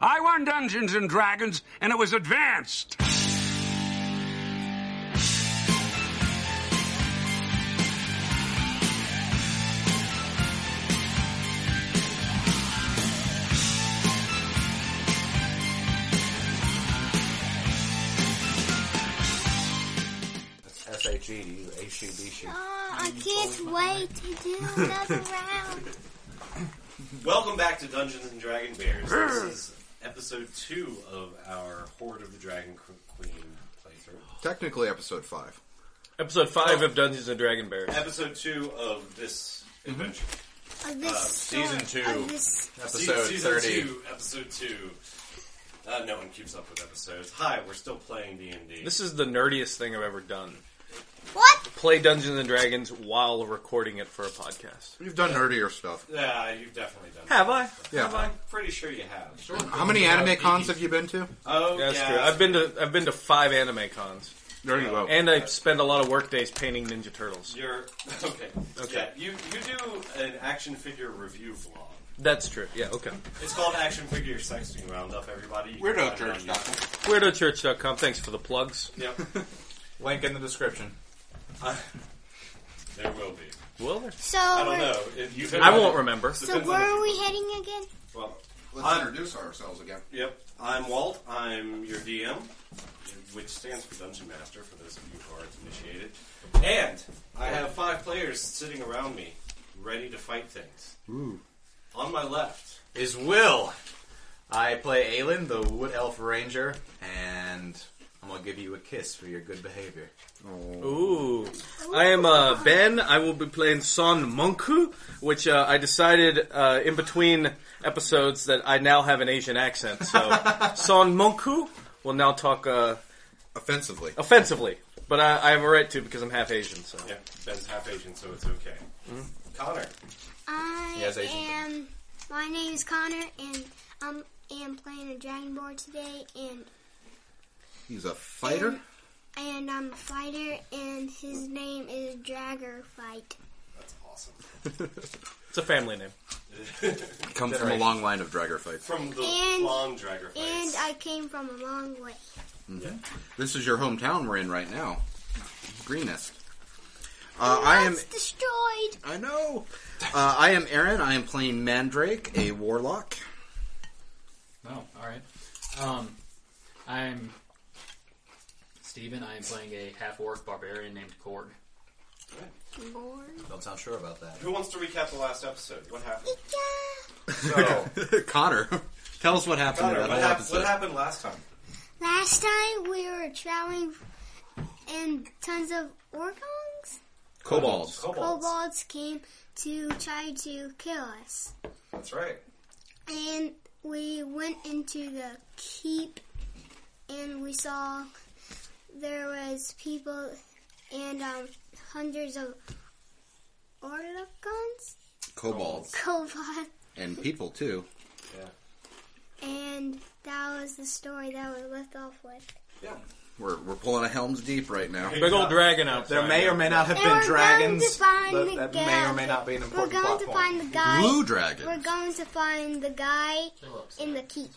on Dungeons and Dragons, and it was advanced. S H E D H U B H U. Oh, I can't wait to do another round. Welcome back to Dungeons and Dragon Bears. This is episode two of our Horde of the Dragon Qu- Queen playthrough. Technically, episode five. Episode 5 of Dungeons and Dragon Bears. Episode two of this adventure. Uh, Of this season sort, two. Of this, Se- Episode season thirty. two, episode two. Uh, no one keeps up with episodes. Hi, we're still playing D and D. This is the nerdiest thing I've ever done. what? Play Dungeons and Dragons while recording it for a podcast. We've done nerdier stuff. Yeah, you've definitely done. Have I? Yeah. that. I'm pretty sure you have. How many anime cons have you been to? Oh, That's yeah. true. I've been to I've been to 5 anime cons. There you go. And I spend a lot of work days painting Ninja Turtles. You're okay. Okay. Yeah, you you do an action figure review vlog. That's true. Yeah, okay. It's called Action Figure Sexting Roundup. Everybody, You can Weirdo find it on Church Doctor. WeirdOChurch.com. Thanks for the plugs. YouTube. Yep. Link in the description. There will be. Will there? So, I don't we're- know. If you I won't remember. so Depends on where the- are we heading again? Well, Let's I'm- introduce ourselves again. yep. I'm Walt. I'm your DM, which stands for Dungeon Master for those of you who aren't initiated. And I have five players sitting around me, ready to fight things. Ooh. On my left, E. Is Will. I play Aelin, the Wood Elf Ranger, and I'm gonna give you a kiss for your good behavior. Ooh. I am uh, Ben. I will be playing Son Monku, which uh, I decided uh, in between episodes that I now have an Asian accent. So Son Monku will now talk uh, Offensively. offensively. But I, I have a right to because I'm half Asian. So yeah, Ben's half Asian, so it's okay. Connor, I He has Asian am. My name is Connor, and I'm am playing a dragon board today, and He's a fighter. and I'm a fighter, and his name is Dragger Fight. that's awesome. it's a family name. Comes from a long line of dragger fights. From the And- long dragger And fights. I came from a long way. This is your hometown we're in right now. Greenest. Uh, I am. It's destroyed. I know. Uh, I am Aaron. I am playing Mandrake, a warlock. Oh, alright. Um, I'm Steven. I am playing a half orc barbarian named Korg. Lord. Don't sound sure about that. Who wants to recap the last episode? What happened? So, Connor, tell us what happened Connor, in that what, whole hap- episode. what happened last time? Last time we were traveling and tons of orcongs, Kobolds. Kobolds. kobolds came to try to kill us. That's right. And we went into the keep and we saw there was people and um, hundreds of orcons, Kobolds. kobolds. And people, too. Yeah. And that was the story that we left off with. Yeah. We're, we're pulling a helms deep right now. Big old dragon out there there. may or may not have And been we're dragons. going to find but the that guy. may or may not be an We're important going plot to point. find the guy. Blue We're dragon. going to find the guy in the keep.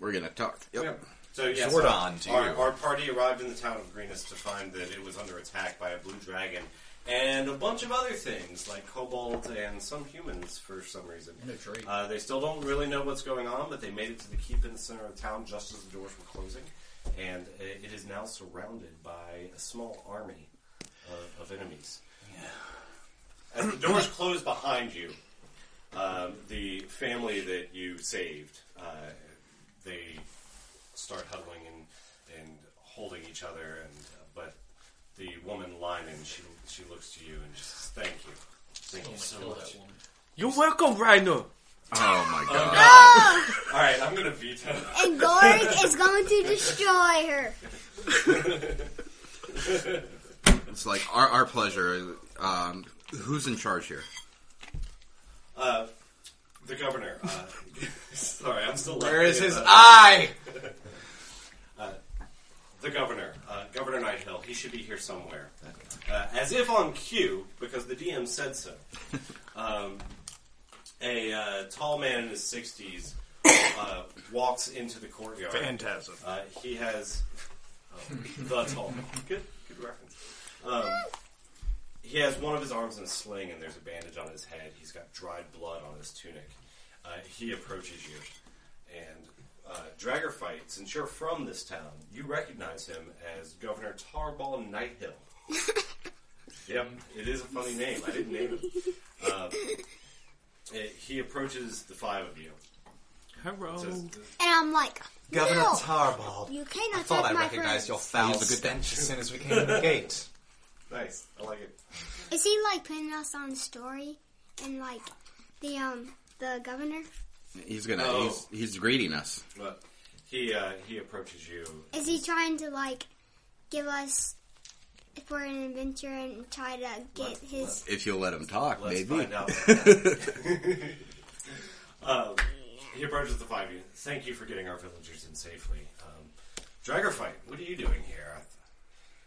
We're gonna talk. Yep. So yeah, Sword so on to our, you. our party arrived in the town of Greenest to find that it was under attack by a blue dragon and a bunch of other things like kobolds and some humans for some reason. Uh, they still don't really know what's going on, but they made it to the keep in the center of town just as the doors were closing, and i- it is now surrounded by a small army of, of enemies. Yeah. As the doors close behind you, um, the family that you saved, uh, they start huddling and, and holding each other. And uh, but the woman Lyman, she she looks to you and she says, "Thank you, thank you so much." You're welcome, Rhino. Oh my god. All right, I'm gonna veto. that. And Gorg is going to destroy her. It's like our, our pleasure. Um, who's in charge here? Uh, the governor. Uh, sorry, I'm still. Where is his Uh, eye? the governor, uh, Governor Nighthill. He should be here somewhere, uh, as if on cue, because the DM said so. Um, a uh, tall man in his sixties uh, walks into the courtyard. Phantasm. Uh, he has oh, the tall. Good, good reference. Um, he has one of his arms in a sling, and there's a bandage on his head. He's got dried blood on his tunic. Uh, he approaches you, and uh, Draggerfight, since you're from this town, you recognize him as Governor Tarball Nighthill. yep, it is a funny name. I didn't name it. Uh, eh, he approaches the five of you. Says, And I'm like, Governor no, Tarbald. you I cannot thought touch I my friends. recognized your foul He's a good stench as soon as we came in the gate. nice. I like it. Is he like putting us on story and like the um the governor? He's gonna. Oh. He's he's greeting us. But he uh, he approaches you. Is he trying to like give us for an adventure and try to get his? If you'll let him talk, Let's maybe. find out. um, he approaches the five of you. Thank you for getting our villagers in safely. Um, Draggerfight, what are you doing here? I-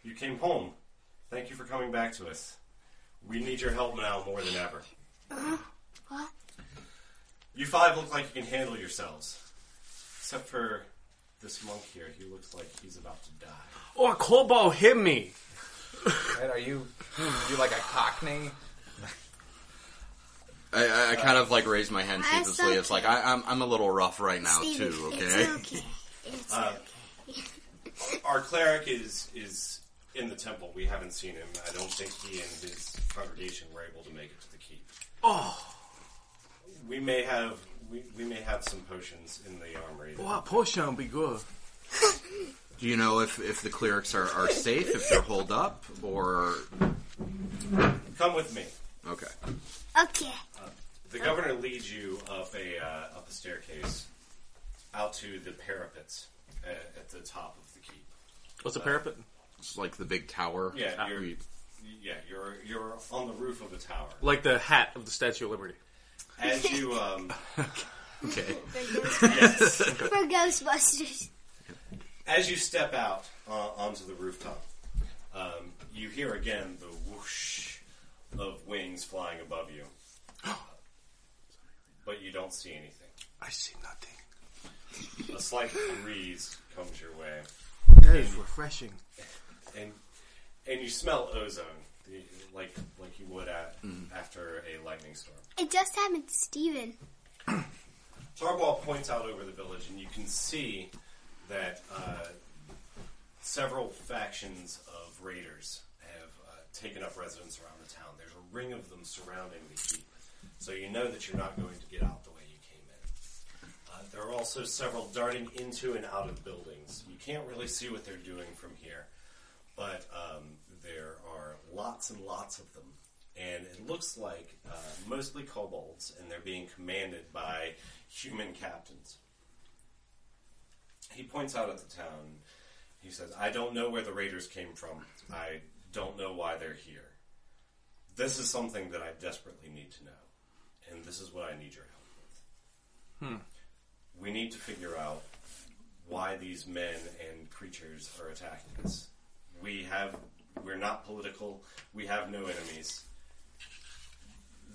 You came home. Thank you for coming back to us. We need your help now more than ever. What? You five look like you can handle yourselves. Except for this monk here. He looks like he's about to die. Or Cobalt hit me. Right, are you you like a cockney? I, I, I kind of like raise my hand I sheepishly. It's like I, I'm I'm a little rough right now Steven, too. Okay. It's okay. It's our cleric is is in the temple. We haven't seen him. I don't think he and his congregation were able to make it to the keep. Oh. We may have we, we may have some potions in the armory. that- Wow, potion be good. Do you know if if the clerics are are safe? If they're holed up or Come with me. okay? okay. The governor leads you up a uh, up a staircase out to the parapets at, at the top of the keep. What's a parapet? It's like the big tower. Yeah, you're We- yeah you're you're on the roof of a tower. Like the hat of the Statue of Liberty. As you um, Okay. For Ghostbusters. as you step out uh, onto the rooftop, um, you hear again the whoosh of wings flying above you, but you don't see anything. I see nothing. A slight breeze comes your way, That is refreshing. and and you smell ozone, the, like like you would at, Mm. after a lightning storm. It just happened to Steven. Tarball points out over the village, and you can see that uh, several factions of raiders have uh, taken up residence around the town. There's a ring of them surrounding the keep, so you know that you're not going to get out the way you came in. Uh, there are also several darting into and out of buildings. You can't really see what they're doing from here, but um, there are lots and lots of them. And it looks like uh, mostly kobolds, and they're being commanded by human captains. He points out at the town. He says, I don't know where the raiders came from. I don't know why they're here. This is something that I desperately need to know. And this is what I need your help with. Hmm. We need to figure out why these men and creatures are attacking us. We have we're not political. We have no enemies.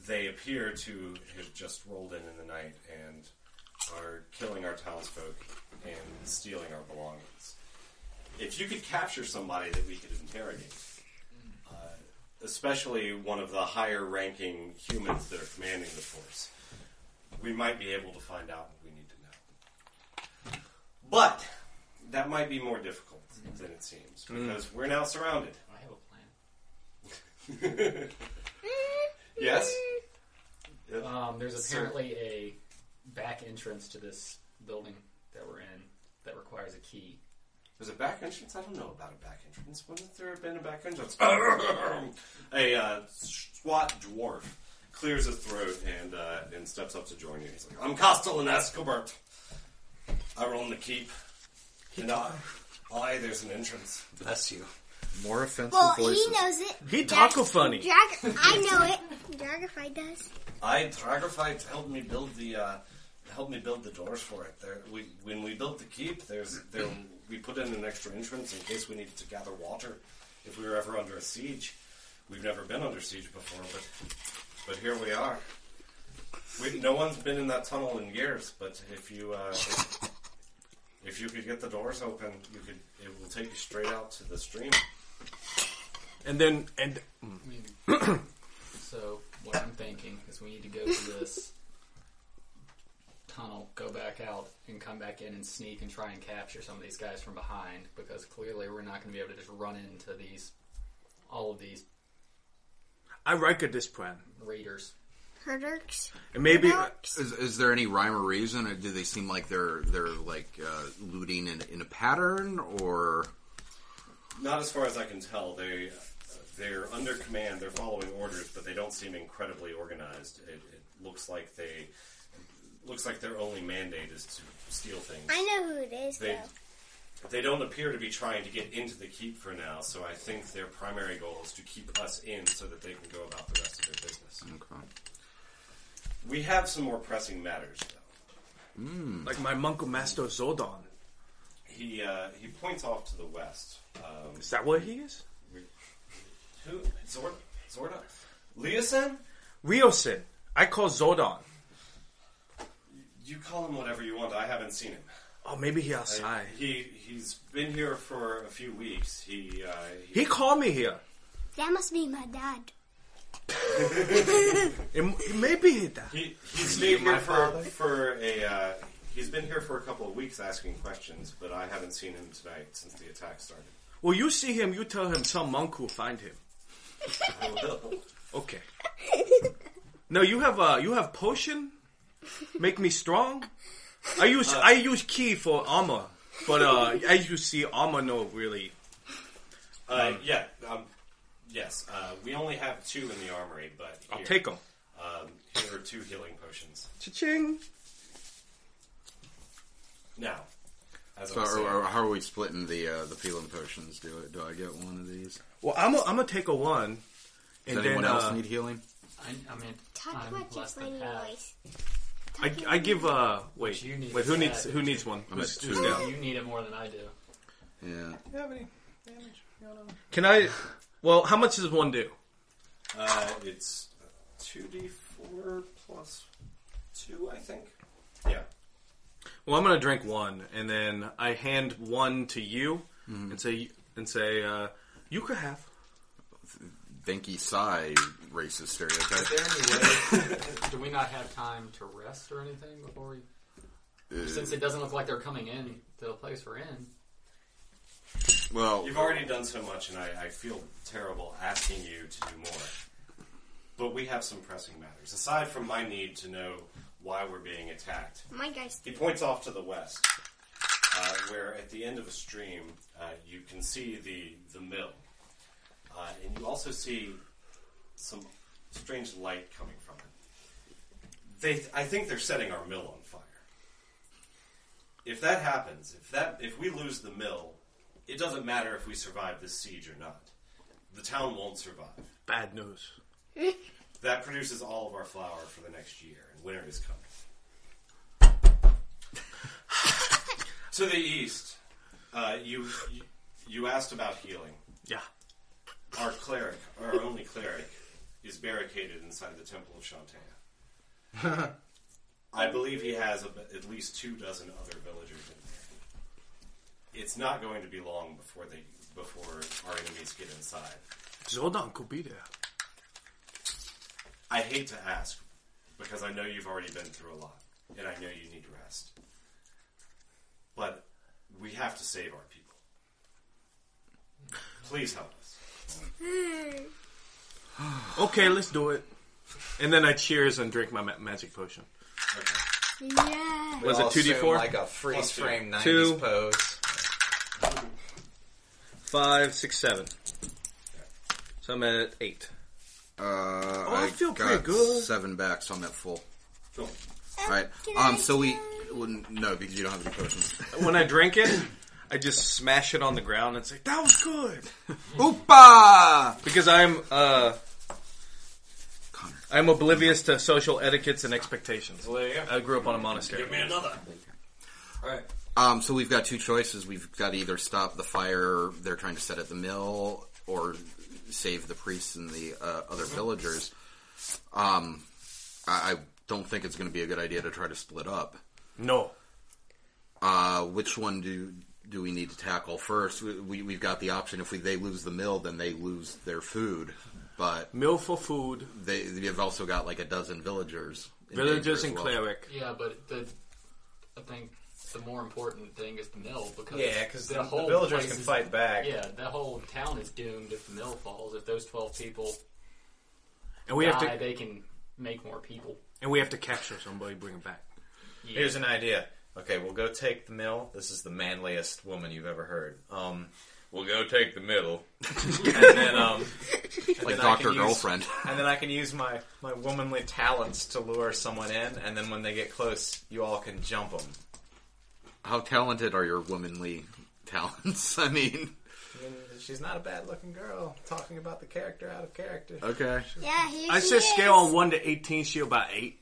They appear to have just rolled in in the night and are killing our townsfolk and stealing our belongings. If you could capture somebody that we could interrogate, uh, especially one of the higher-ranking humans that are commanding the force, we might be able to find out what we need to know. But that might be more difficult than it seems because we're now surrounded. I have a Yes. plan. Um, there's apparently a back entrance to this building that we're in that requires a key. There's a back entrance. I don't know about a back entrance. When has there been a back entrance? a uh, squat dwarf clears his throat and uh, and steps up to join you. He's like, "I'm Castellan Escobert. I run the keep, and I, I there's an entrance. Bless you. More offensive Well, voices. he knows it. He taco funny. Drag- I know it. Dragonfly does. I Dragerfight helped me build the uh, helped me build the doors for it. There, we when we built the keep, there's there we put in an extra entrance in case we needed to gather water if we were ever under a siege. We've never been under siege before, but but here we are. We, no one's been in that tunnel in years, but if you uh, if, if you could get the doors open, you could. It will take you straight out to the stream. And then and I mean, so what I'm thinking is we need to go to this tunnel, go back out, and come back in and sneak and try and capture some of these guys from behind because clearly we're not going to be able to just run into these all of these I reckon this plan. raiders. Herdurks? And maybe uh, Herdurks? Is, is there any rhyme or reason, or do they seem like they're they're like uh, looting in, in a pattern, or Not as far as I can tell. They they're under command. They're following orders, but they don't seem incredibly organized. It, it looks like they looks like their only mandate is to steal things. I know who it is, They though. they don't appear to be trying to get into the keep for now. So I think their primary goal is to keep us in, so that they can go about the rest of their business. okay. We have some more pressing matters, though. like my Monko Master Zodon. He uh, he points off to the west. Um, Is that what he is? who Zorda? Zorda? Leosen? Riosin. I call Zodon. You call him whatever you want. I haven't seen him. Oh maybe he outside. He he's been here for a few weeks. He uh, he, He called me here. That must be my dad. It, it may be that. he he stayed here for for a. Uh, he's been here for a couple of weeks asking questions, but I haven't seen him tonight since the attack started. Well you see him, you tell him some monk will find him. I will. Okay. No, you have uh, you have potion. Make me strong. I use Uh, I use key for armor, but uh, as you see, armor no really. Uh, yeah. Um, yes. Uh, we only have two in the armory, but I'll here, take them. Um, here are two healing potions. Cha-ching. Now, as I So, was saying, or, or how are we splitting the uh, the feeling potions? Do I, do I get one of these? Well, I'm gonna I'm gonna take a one, and Does then anyone else uh, need healing? I, I mean, Talk I'm about your less than funny half. voice. I, Talk I about give uh wait you need wait who is needs that. who needs one? I'm Who's- at who's two. down? You need it more than I do. Yeah. Can I? Well, how much does one do? uh, it's two d four plus two, I think. Yeah. Well, I'm gonna drink one, and then I hand one to you, Mm-hmm. and say and say uh, you could have. Thanky Sai racist stereotype. Do we not have time to rest or anything before we? Since it doesn't look like they're coming in to the place we're in, Well, You've already done so much, and I, I feel terrible asking you to do more. But we have some pressing matters. Aside from my need to know why we're being attacked, My guy's He points off to the west, uh, where at the end of a stream uh, you can see the the mill, uh, and you also see some strange light coming from it. They, I think they're setting our mill on fire. If that happens, if that if we lose the mill, it doesn't matter if we survive this siege or not. The town won't survive. Bad news. That produces all of our flour for the next year, and winter is coming. to the east, uh, you, you you asked about healing. Yeah. Our cleric, our only cleric, is barricaded inside the temple of Shantaya. I believe he has a, at least two dozen other villagers in there. It's not going to be long before they before our enemies get inside. Zodon could be there. I hate to ask because I know you've already been through a lot and I know you need rest. But we have to save our people. Please help us. Okay, let's do it. And then I cheers and drink my ma- magic potion. Okay. yeah. Was it All two d four? assume, Like a freeze two. frame 90s Two. pose. Five, six, seven. So I'm at eight. uh, I I, feel got pretty good. Seven back, so I'm at full. Cool. All right. Can I Um. So we. try? Well, no, because you don't have any potions. When I drink it, I just smash it on the ground and say, "That was good," Oopah! because I'm uh, Connor. I'm oblivious to social etiquettes and expectations. Well, there you go. I grew up on a monastery. Give me another. Alright. Um, so we've got two choices. We've got to either stop the fire they're trying to set at the mill, or save the priests and the uh, other villagers. Um, I, I don't think it's going to be a good idea to try to split up. No. Uh, which one do do we need to tackle first? We, we, we've got the option if we they lose the mill, then they lose their food. But Mill for food, they, they've also got like a dozen villagers. in villagers, danger and as well. cleric. Yeah, but the I think the more important thing is the mill because Yeah, because the, the whole villagers place can is- fight back. Yeah, that whole town is doomed if the mill falls. If those twelve people And we die, have to they can make more people. and we have to capture somebody, bring them back. Yeah. Here's an idea. Okay, we'll go take the mill. This is the manliest woman you've ever heard. Um, we'll go take the middle, and then um, and Like then I Doctor can use- Girlfriend. and then I can use my my womanly talents to lure someone in, and then when they get close, you all can jump them. How talented are your womanly talents? I mean, She's not a bad looking girl. Talking about the character out of character. okay. Yeah, here I she said is. scale on one to eighteen, she about eight.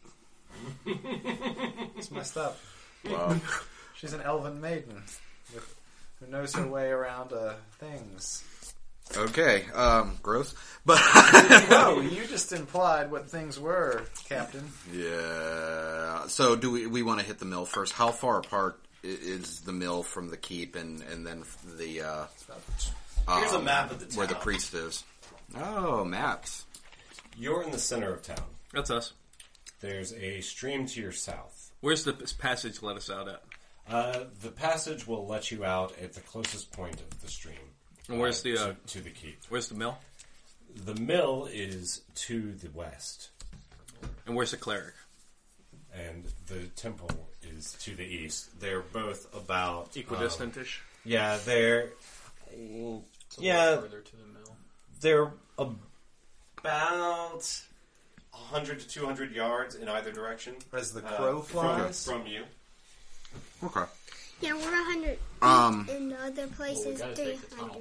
It's messed up. She's an elven maiden with, who knows her way around uh, things. Okay. Um, gross. But Oh, you just implied what things were, Captain. yeah. So do we? We want to hit the mill first. How far apart i- is the mill from the keep, and and then f- the uh, Here's a map of the town. Um, where the priest is? Oh, maps. You're in the center of town. That's us. There's a stream to your south. Where's the p- passage let us out at? Uh, the passage will let you out at the closest point of the stream. And where's uh, the uh, to, to the keep? where's the mill? The mill is to the west, And where's the cleric? and the temple is to the east. They're both about um, Equidistant-ish. yeah, they're It's a little yeah, further to the mill. they're about 100 to 200 yards in either direction. As the uh, crow from, flies? from you. Okay. Yeah, we're 100 Um. and other places gotta take the tunnel.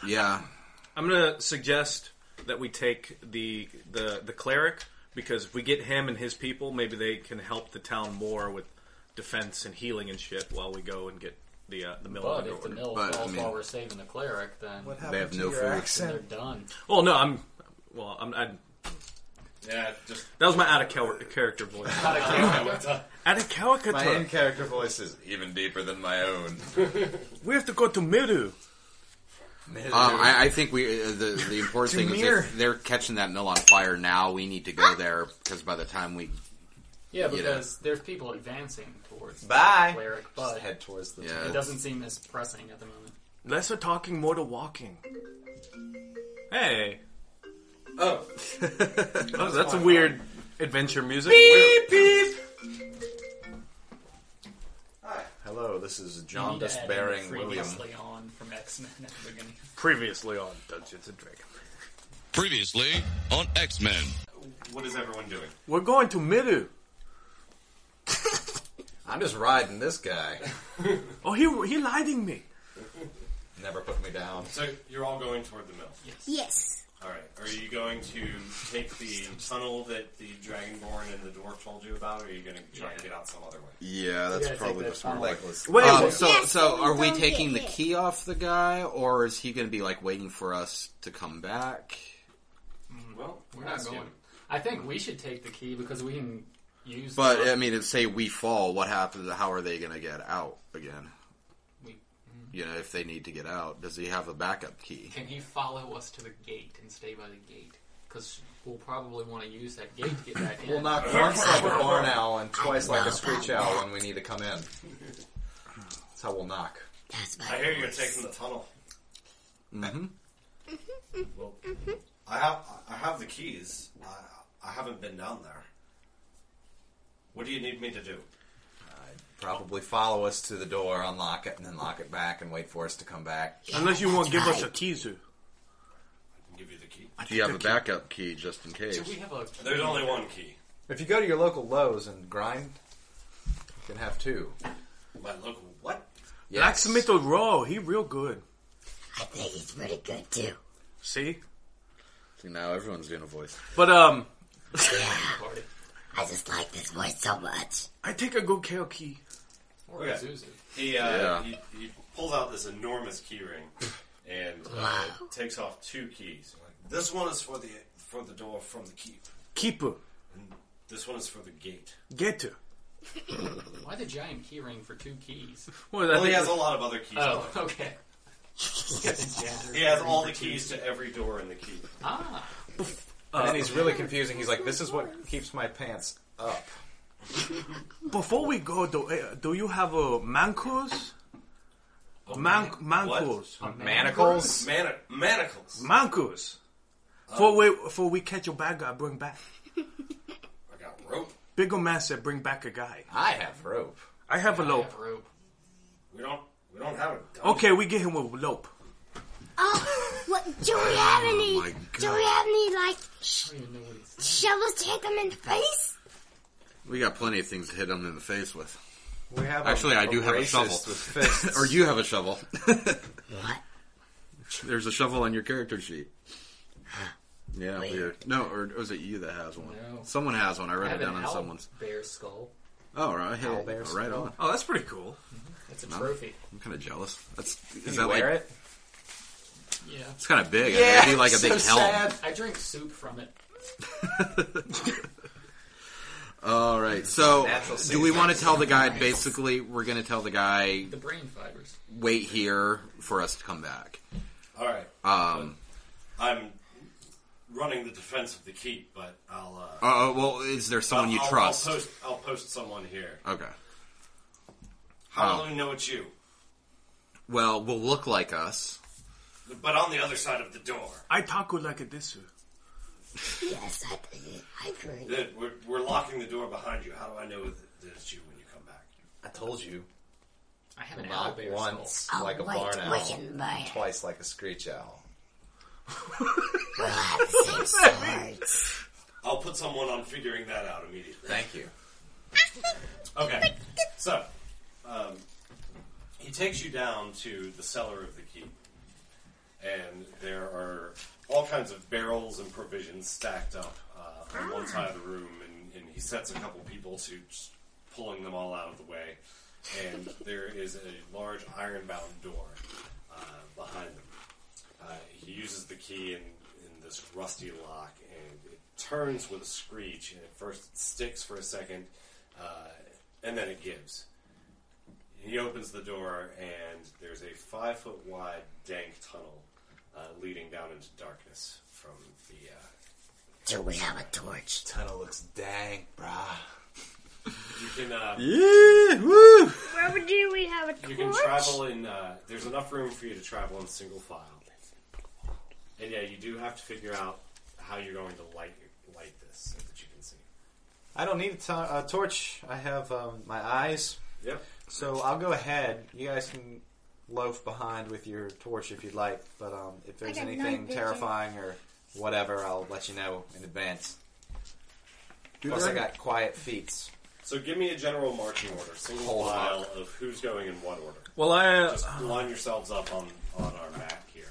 300. Yeah. I'm gonna suggest that we take the the the cleric because if we get him and his people, maybe they can help the town more with defense and healing and shit while we go and get the uh, the mill. But under if the order. mill But, I falls mean- while we're saving the cleric, then What then happened They have to no your food. they're accent? done. well, no, I'm well, I'm, I Yeah, just that was my out of char- character voice. out of character. My in character voice is even deeper than my own. We have to go to Miru. Um, I, I think we uh, the the important thing is mirror. if they're catching that mill on fire now. We need to go there because by the time we Yeah, You know. because there's people advancing towards the Bye. cleric, Just but head towards the yeah it doesn't seem as pressing at the moment. Less of talking, more to walking. Hey, oh, oh, that's a weird adventure music. Hello, this is You need to add Jaundiced in Bearing William. previously on from X Men at the beginning. Previously on Dungeons and Dragons. Previously on X Men. what is everyone doing? We're going to Miru. I'm just riding this guy. Oh, he he lighting me. Never put me down. So you're all going toward the mill. Yes. All right. Are you going to take the tunnel that the dragonborn and the dwarf told you about, or are you going to try and get out some other way? Yeah, You that's gotta take probably that the smart tunnel. way. Legless. Wait, Um, wait. so, Yes, so so are we we don't taking the get hit. key off the guy, or is he going to be like waiting for us to come back? Well, We're not ask you. going. I think we should take the key because we can use. But the, I mean, if say we fall, what happens? How are they going to get out again? We- You know, if they need to get out, does he have a backup key? can he follow us to the gate and stay by the gate? Because we'll probably want to use that gate to get back in. We'll knock once like a barn owl and twice like a screech owl when we need to come in. That's how we'll knock. I hear you're taking the tunnel. Mm-hmm. Well, I have I have the keys. I, I haven't been down there. What do you need me to do? Probably follow us to the door, unlock it, and then lock it back and wait for us to come back. Unless you want to give us a kizu. I can give you the key. Do you have a backup key just in case? Do we have a? There's only one key. If you go to your local Lowe's and grind, you can have two. My local what? Yes. Blacksmith Row, he real good. I think he's pretty good too. See? See, now everyone's doing a voice. But um I just like this voice so much. I take a good care of key. Or Okay. a Zuzu. He, uh, Yeah. he, he pulls out this enormous key ring and uh, takes off two keys. Like, this one is for the for the door from the keep, Keeper. This one is for the gate. Get to. Why the giant keyring for two keys? Well, Well, he has a lot of other keys. Oh, okay. He has all the keys to every door in the key. Ah, and then he's really confusing. He's like, "This is what keeps my pants up." Before we go, do, uh, do you have a mancos? Man- mancos. Manacles. Mana- manacles. Mancos. For we for we catch a bad guy, bring back. I got rope. Big old man said, bring back a guy. I have rope. I have a lope. that rope. We don't. We don't have a. Dungeon. Okay, we get him with lope. Oh, what, do we have any? my do God. we have any like sh- I don't even know what he's shovels to hit them in the face? We got plenty of things to hit them in the face with. We have a- Actually, I do have a racist shovel. With fists. Or you have a shovel. What? There's a shovel on your character sheet. Yeah, Where? weird. No, or was it you that has one? No. Someone has one. I I read it have an down on owl someone's. bear skull. Oh, right. Hey, bear right on. Oh, that's pretty cool. That's a trophy. I'm kind of jealous. That's Can is you that like wear it? Yeah. it's kind of big. Yeah, It'd be like a so big helm. sad. I drink soup from it. All right. So, Natural do we season. want to tell the guy? Basically, we're going to tell the guy The brain fibers. wait here for us to come back. All right. Um. I'm running the defense of the keep, but I'll. Uh, Uh, well, is there someone you I'll- I'll- trust? I'll post, I'll post someone here. Okay. How do we know it's you? Well, we'll look like us. But on the other side of the door. I taco like a disu. Yes, I, I agree. That We're, we're locking the door behind you. How do I know that that it's you when you come back? I told you. I have an owl Not bear skull. once Oh, like a wait, barn wait, owl. wait. Twice like a screech owl. We'll have the same swords. I'll put someone on figuring that out immediately. Thank you. Okay. So, um, he takes you down to the cellar of the keep, and there are all kinds of barrels and provisions stacked up uh, on one side of the room, and, and he sets a couple people to just pulling them all out of the way, and there is a large iron-bound door uh, behind them. Uh, he uses the key in, in this rusty lock, and it turns with a screech. And at first, it sticks for a second, uh, and then it gives. He opens the door, and there's a five foot wide, dank tunnel uh, leading down into darkness from the. Uh, Do we have a torch? Tunnel looks dang, brah. you can uh, Yeah. Woo. Where would you we have a torch? you can travel in. Uh, there's enough room for you to travel in single file. And yeah, you do have to figure out how you're going to light your, light this so that you can see. I don't need a to- a torch. I have um, my eyes. Yep. So I'll go ahead. You guys can loaf behind with your torch if you'd like, but um, if there's got night anything vision. terrifying or whatever, I'll let you know in advance. Plus, I that. got quiet feet. So give me a general marching order, single Hold file of who's going in what order. Well, I uh, Just line yourselves up on, on our map here.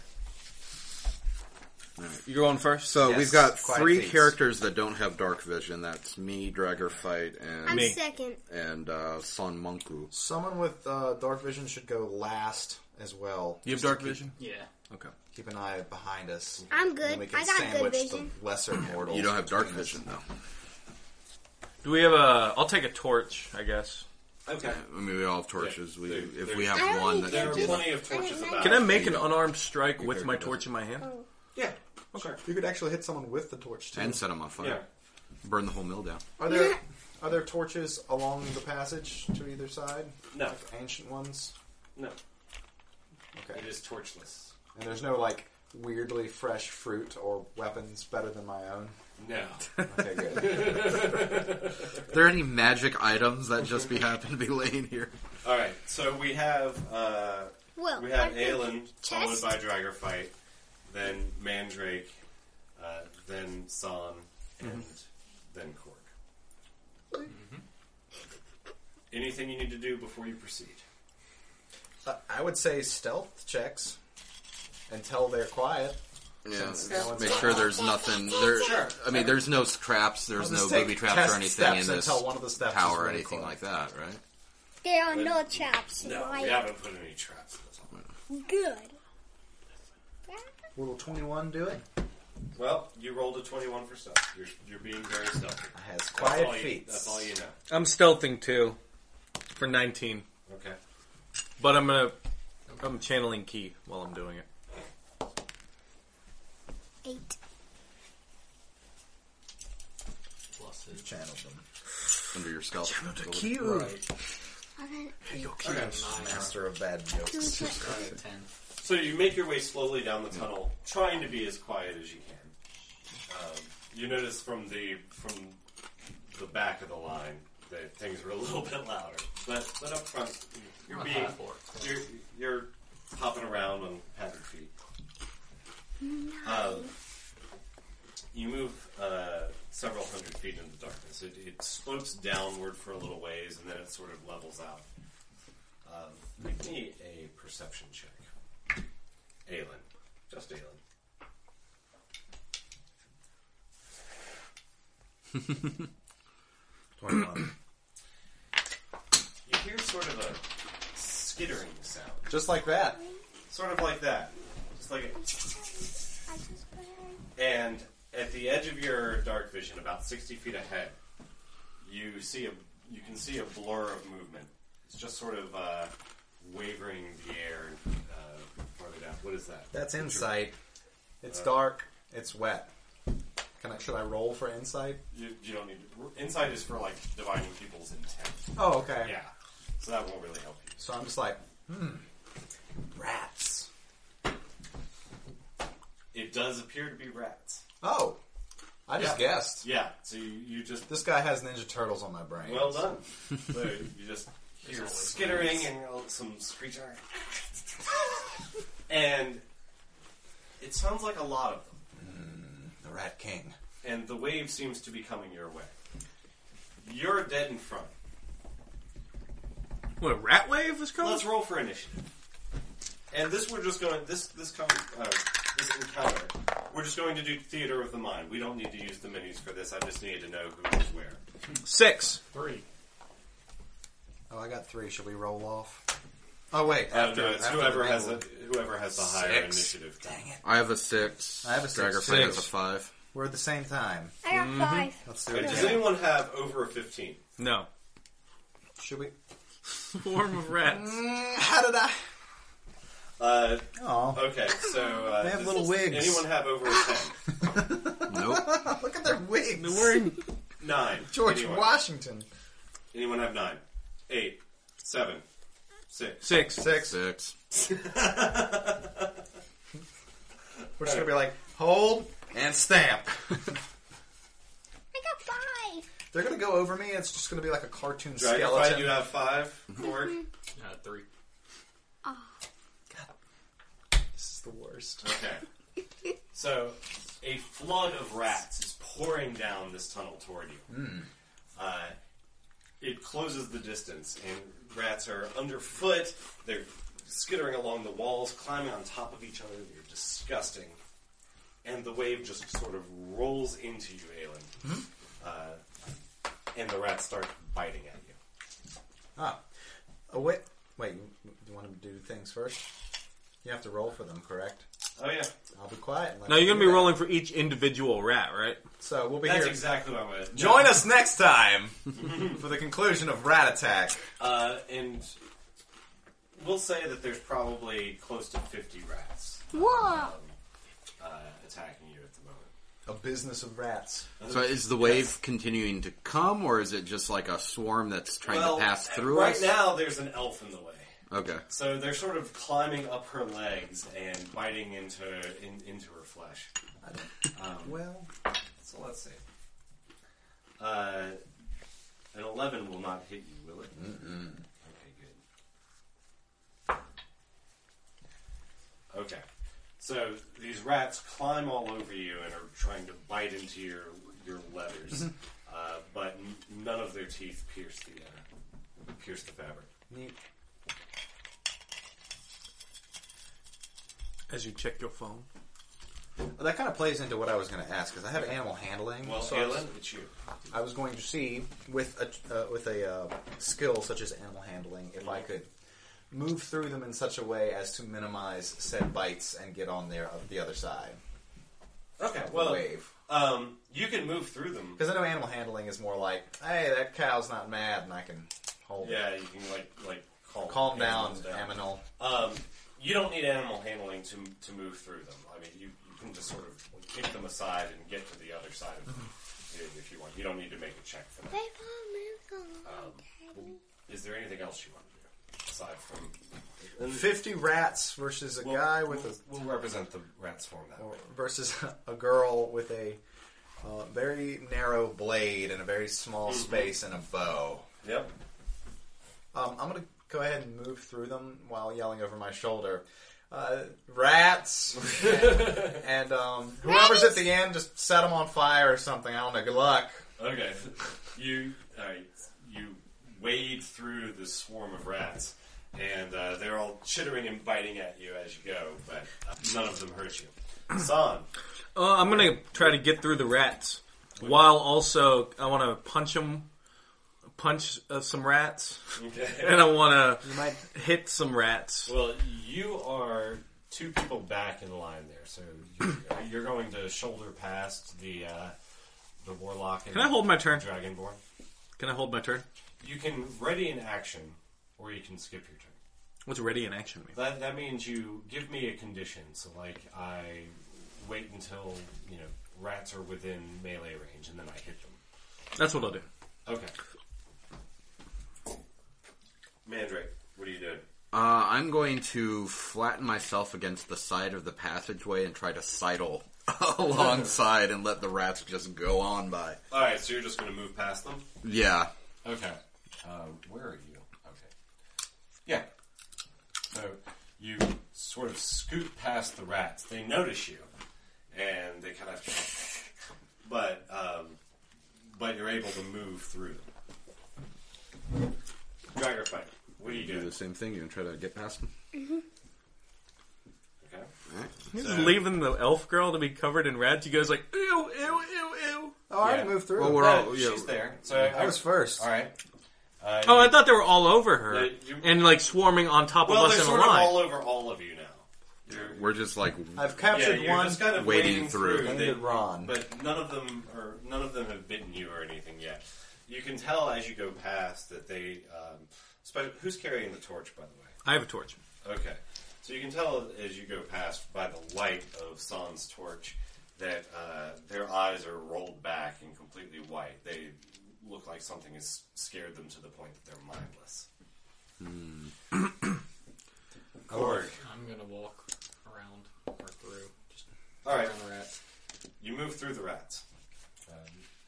you go on first. So Yes, we've got quite three thieves. characters that don't have dark vision. That's me, Dragger Fight, and I'm second. and uh, Son Monku. Someone with uh, dark vision should go last as well. You have dark vision. Yeah. Okay. Keep an eye behind us. I'm and good. we can I got good sandwich vision. The lesser mortals. You don't have dark between us. vision though. Do we have a? I'll take a torch, I guess. Okay. I mean, we all have torches. We There- if there- we have I don't one, need that There are should do that. plenty of torches about. Can I make an unarmed strike with my torch in my hand? Yeah. Sure. You could actually hit someone with the torch too. and set them on fire. Yeah. Burn the whole mill down. Are there are there torches along the passage to either side? No. Like ancient ones. No. Okay. It is torchless. And there's no like weirdly fresh fruit or weapons better than my own. No. Okay, good. Are there any magic items that just be happen to be laying here? All right. So we have uh, Well, we have I'm thinking Aelin followed chest. by Dragger fight, then Mandrake, uh, then San, and then Cork. Mm-hmm. Anything you need to do before you proceed? Uh, I would say stealth checks until they're quiet. Yeah, no make one's- sure there's nothing. There, Sure. I mean, there's no traps. There's I'll no just take booby traps test or anything steps in this until one of the steps tower is or really anything close. like that, right? There are no traps. No, we right? haven't put any traps. in this one. Good. Will 21 do it? Well, you rolled a 21 for stealth. You're, you're being very stealthy. Has that's quiet all you- feet. that's all you know. I'm stealthing too, for 19. Okay. But I'm gonna, I'm channeling key while I'm doing it. Eight. Pluses. Channeled them under your scalp. Eleven. Okay. Master of bad jokes. Two, ten. Alright, ten. So you make your way slowly down the tunnel, trying to be as quiet as you can. Um, you notice from the from the back of the line that things are a little bit louder, but but up front you're I'm a being high four, so- you're you're hopping around on padded feet. Um, you move uh, several hundred feet into darkness. It, it slopes downward for a little ways, and then it sort of levels out. Um, make me a perception check. Aelin. Just Aelin. You hear sort of a skittering sound. Just like that. Sort of like that. Just like a I just put it in. And at the edge of your dark vision, about sixty feet ahead, you see a you can see a blur of movement. It's just sort of uh, wavering the air uh, farther down. What is that? That's insight. It's dark. It's wet. Can I? Should I roll for insight? You, you don't need to, insight is for like divining people's intent. Oh, okay. Yeah, so that won't really help you. So I'm just like, hmm, rats. It does appear to be rats. Oh, I just Yeah. guessed. Yeah. So you, you just This guy has Ninja Turtles on my brain. well done. so you just hear skittering and oh, some screeching, and it sounds like a lot of them. the Rat King. and the wave seems to be coming your way. You're dead in front. What a rat wave was coming. Let's roll for initiative. And this we're just going this this com- uh, this encounter. We're just going to do theater of the mind. We don't need to use the minis for this. I just needed to know who was where. Six. Three. Oh, I got three. Should we roll off? Oh wait, I don't after, know, it's after whoever the has a, big whoever has the higher Six. initiative. Dang it, I have a six. I have a six. Dagger Fang has a Six. five. we're at the same time. I got five. Let's do Wait, it. does again. anyone have over a fifteen? No. Should we? Swarm of rats. Mm, how did I? Uh, Oh, okay, so uh, They have does little wigs. Anyone have over a ten? Nope. look at their wigs. They're wearing Nine. George anyone. Washington. Anyone have nine? Eight. Seven. Six. six. Six. Six. We're just gonna be like, hold and stamp. I got five. They're gonna go over me. and It's just gonna be like a cartoon Dragonfly, skeleton. you have five. Korg. Uh, three. This is the worst. Okay. So, a flood of rats is pouring down this tunnel toward you. Uh, it closes the distance, and rats are underfoot. They're skittering along the walls, climbing on top of each other. They're disgusting. And the wave just sort of rolls into you, Aelin. Uh, and the rats start biting at you. Ah, oh, wait. Wait, you, you want to do things first? You have to roll for them, correct? Oh, yeah. I'll be quiet. And let Now you you're gonna do be that. rolling for each individual rat, right? So we'll be That's here. exactly what I wanted. No. Join us next time for the conclusion of Rat Attack. Uh, and we'll say that there's probably close to 50 rats Whoa. uh, attacking you at the moment. A business of rats. So is the wave continuing to come, or is it just like a swarm that's trying well, eh, to pass through right us? now there's an elf in the way. Okay. So they're sort of climbing up her legs and biting into in, into her flesh. Well, So let's see. Uh, an 11 will not hit you, will it? Mm-mm. Okay, good. Okay. So these rats climb all over you and are trying to bite into your your leathers, uh, but n- none of their teeth pierce the uh, pierce the fabric. neat. As you check your phone. Well, Oh, that kind of plays into what I was going to ask because I have animal handling. Well, so I was, Aelin, it's you. I was going to see with a uh, with a uh, skill such as animal handling if I could move through them in such a way as to minimize said bites and get on there of the other side. Okay, well, wave. Um, you can move through them. Because I know animal handling is more like, hey, that cow's not mad, and I can hold Yeah, it. you can like like calm, Calm down, animals Aminal. Um, you don't need animal handling to to move through them. I mean, you, you can just sort of kick them aside and get to the other side of them i- if you want. You don't need to make a check for that. Um, They all move along, Daddy. Is there anything else you want to do aside from? Fifty rats versus a guy with Oh. a We'll represent the rat's form that way. versus a girl with a uh, very narrow blade and a very small Mm-hmm. space and a bow. Yep. Um, I'm gonna go ahead and move through them while yelling over my shoulder. Uh, rats and, and, um, whoever's at the end, just set them on fire or something. I don't know. Good luck. Okay. You all right, you wade through the swarm of rats, and uh, they're all chittering and biting at you as you go, but uh, none of them hurt you. Son, Uh, I'm gonna try to get through the rats, while also I want to punch them, punch uh, some rats, and I want to hit some rats. well, you are two people back in line there, so you're, you're going to shoulder past the uh, the warlock. And Can I hold my turn? Dragonborn. Can I hold my turn? You can ready an action, or you can skip your turn. What's ready in action mean? That that means you give me a condition. So like I wait until you know rats are within melee range, and then I hit them. That's what I'll do. Okay. Mandrake, what are you doing? Uh, I'm going to flatten myself against the side of the passageway and try to sidle alongside and let the rats just go on by. All right, so you're just going to move past them. Yeah. Okay. Um, where are you? Okay. Yeah. So you sort of scoot past the rats. They notice you, and they kind of, but um, but you're able to move through them. Dragger fight. What are you Do doing? the same thing. You're going to try to get past them? Okay. You're just leaving the elf girl to be covered in rats. You guys like ew, ew, ew, ew. Oh, I Yeah. already moved through. Well, we're all. Yeah, She's there. So I, I was first. All right. Uh, Oh, I you- thought they were all over her Yeah, you- and like swarming on top well, of us they're in sort a of line. all over all of you now. You're, We're just like. I've yeah, captured you're one. just kind of wading wading, through. through. and They- did Ron. But none of them are none of them have bitten you or anything yet. You can tell as you go past that they. Um, spe- who's carrying the torch, by the I have a torch. way? Okay, so you can tell as you go past by the light of San's torch that uh, their eyes are rolled back and completely white. They look like something has scared them to the point that they're mindless. Korg. I'm gonna walk around or through. Just All right, around the rats. you move through the rats. Um,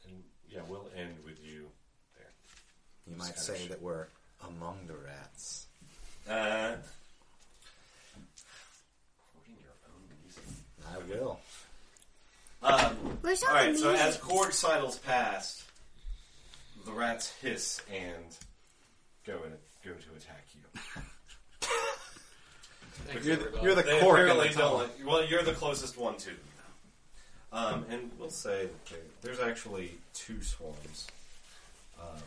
and yeah, we'll end with you there. You might say that we're among the rats. Uh, quoting your own music. I will. Um, Where's all the all right, so music? as Korg sidles past, the rats hiss and go in, go to attack you. Thanks, You're the, everybody. you're the They cork in apparently the don't. tunnel. Like, well, you're the closest one to them. now. Um, and we'll say that there- there's actually two swarms um,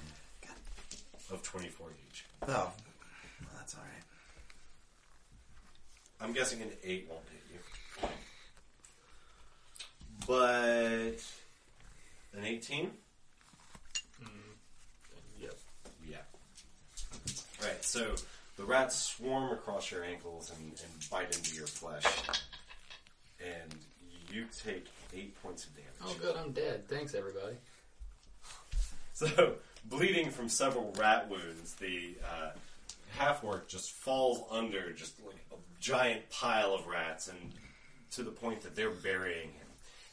of 24 each. Oh, well, that's all right. I'm guessing an eight won't hit you. But an eighteen? Yep. Yeah. Right, so the rats swarm across your ankles and, and bite into your flesh. And you take eight points of damage. Oh, good. I'm dead. Thanks, everybody. So, bleeding from several rat wounds, the uh, half orc just falls under just like a giant pile of rats, and to the point that they're burying him.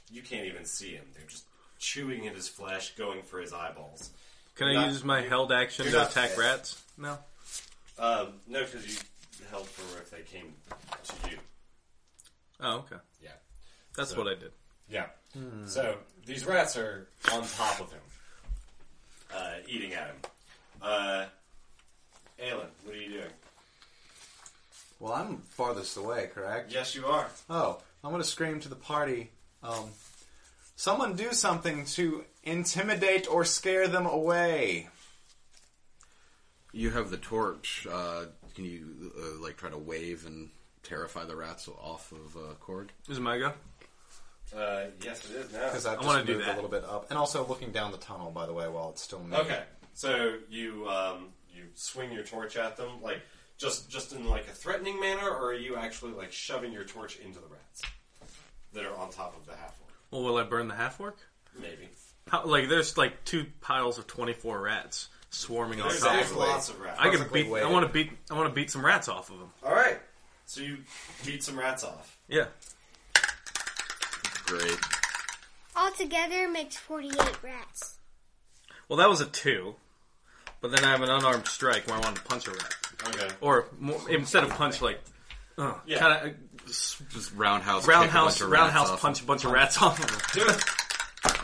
You can't even see him. They're just chewing at his flesh, going for his eyeballs. Can I Not- use my held action you're to not attack fast. rats? No. Um, no, because you held for if they came to you. Oh, okay. Yeah. That's what I did. Yeah. So these rats are on top of him, uh, eating at him. Uh, Aelin, what are you doing? Well, I'm farthest away, correct? Yes, you are. Oh, I'm going to scream to the party. Um, someone do something to intimidate or scare them away. You have the torch. Uh, can you, uh, like, try to wave and terrify the rats off of uh, Korg? This is my go. Uh, yes, it is now. Because I've I just wanna moved do a that. little bit up, and also looking down the tunnel. By the way, while it's still moving. Okay, so you um, you swing your torch at them, like just just in like a threatening manner, or are you actually like shoving your torch into the rats that are on top of the half orc? Well, will I burn the half orc? Maybe. How, like, there's like two piles of 24 rats swarming There's on top actually of me. lots of rats. I can Perfectly beat. I weighted. want to beat. I want to beat some rats off of them. All right, so you beat some rats off. Yeah. Great. Altogether makes 48 rats. Well, that was a two, but then I have an unarmed strike where I want to punch a rat. Okay. Or more, instead of punch, like, uh, Yeah. kind of just roundhouse, kick a roundhouse, bunch of rats roundhouse off punch them. a bunch of rats off of them. Do it.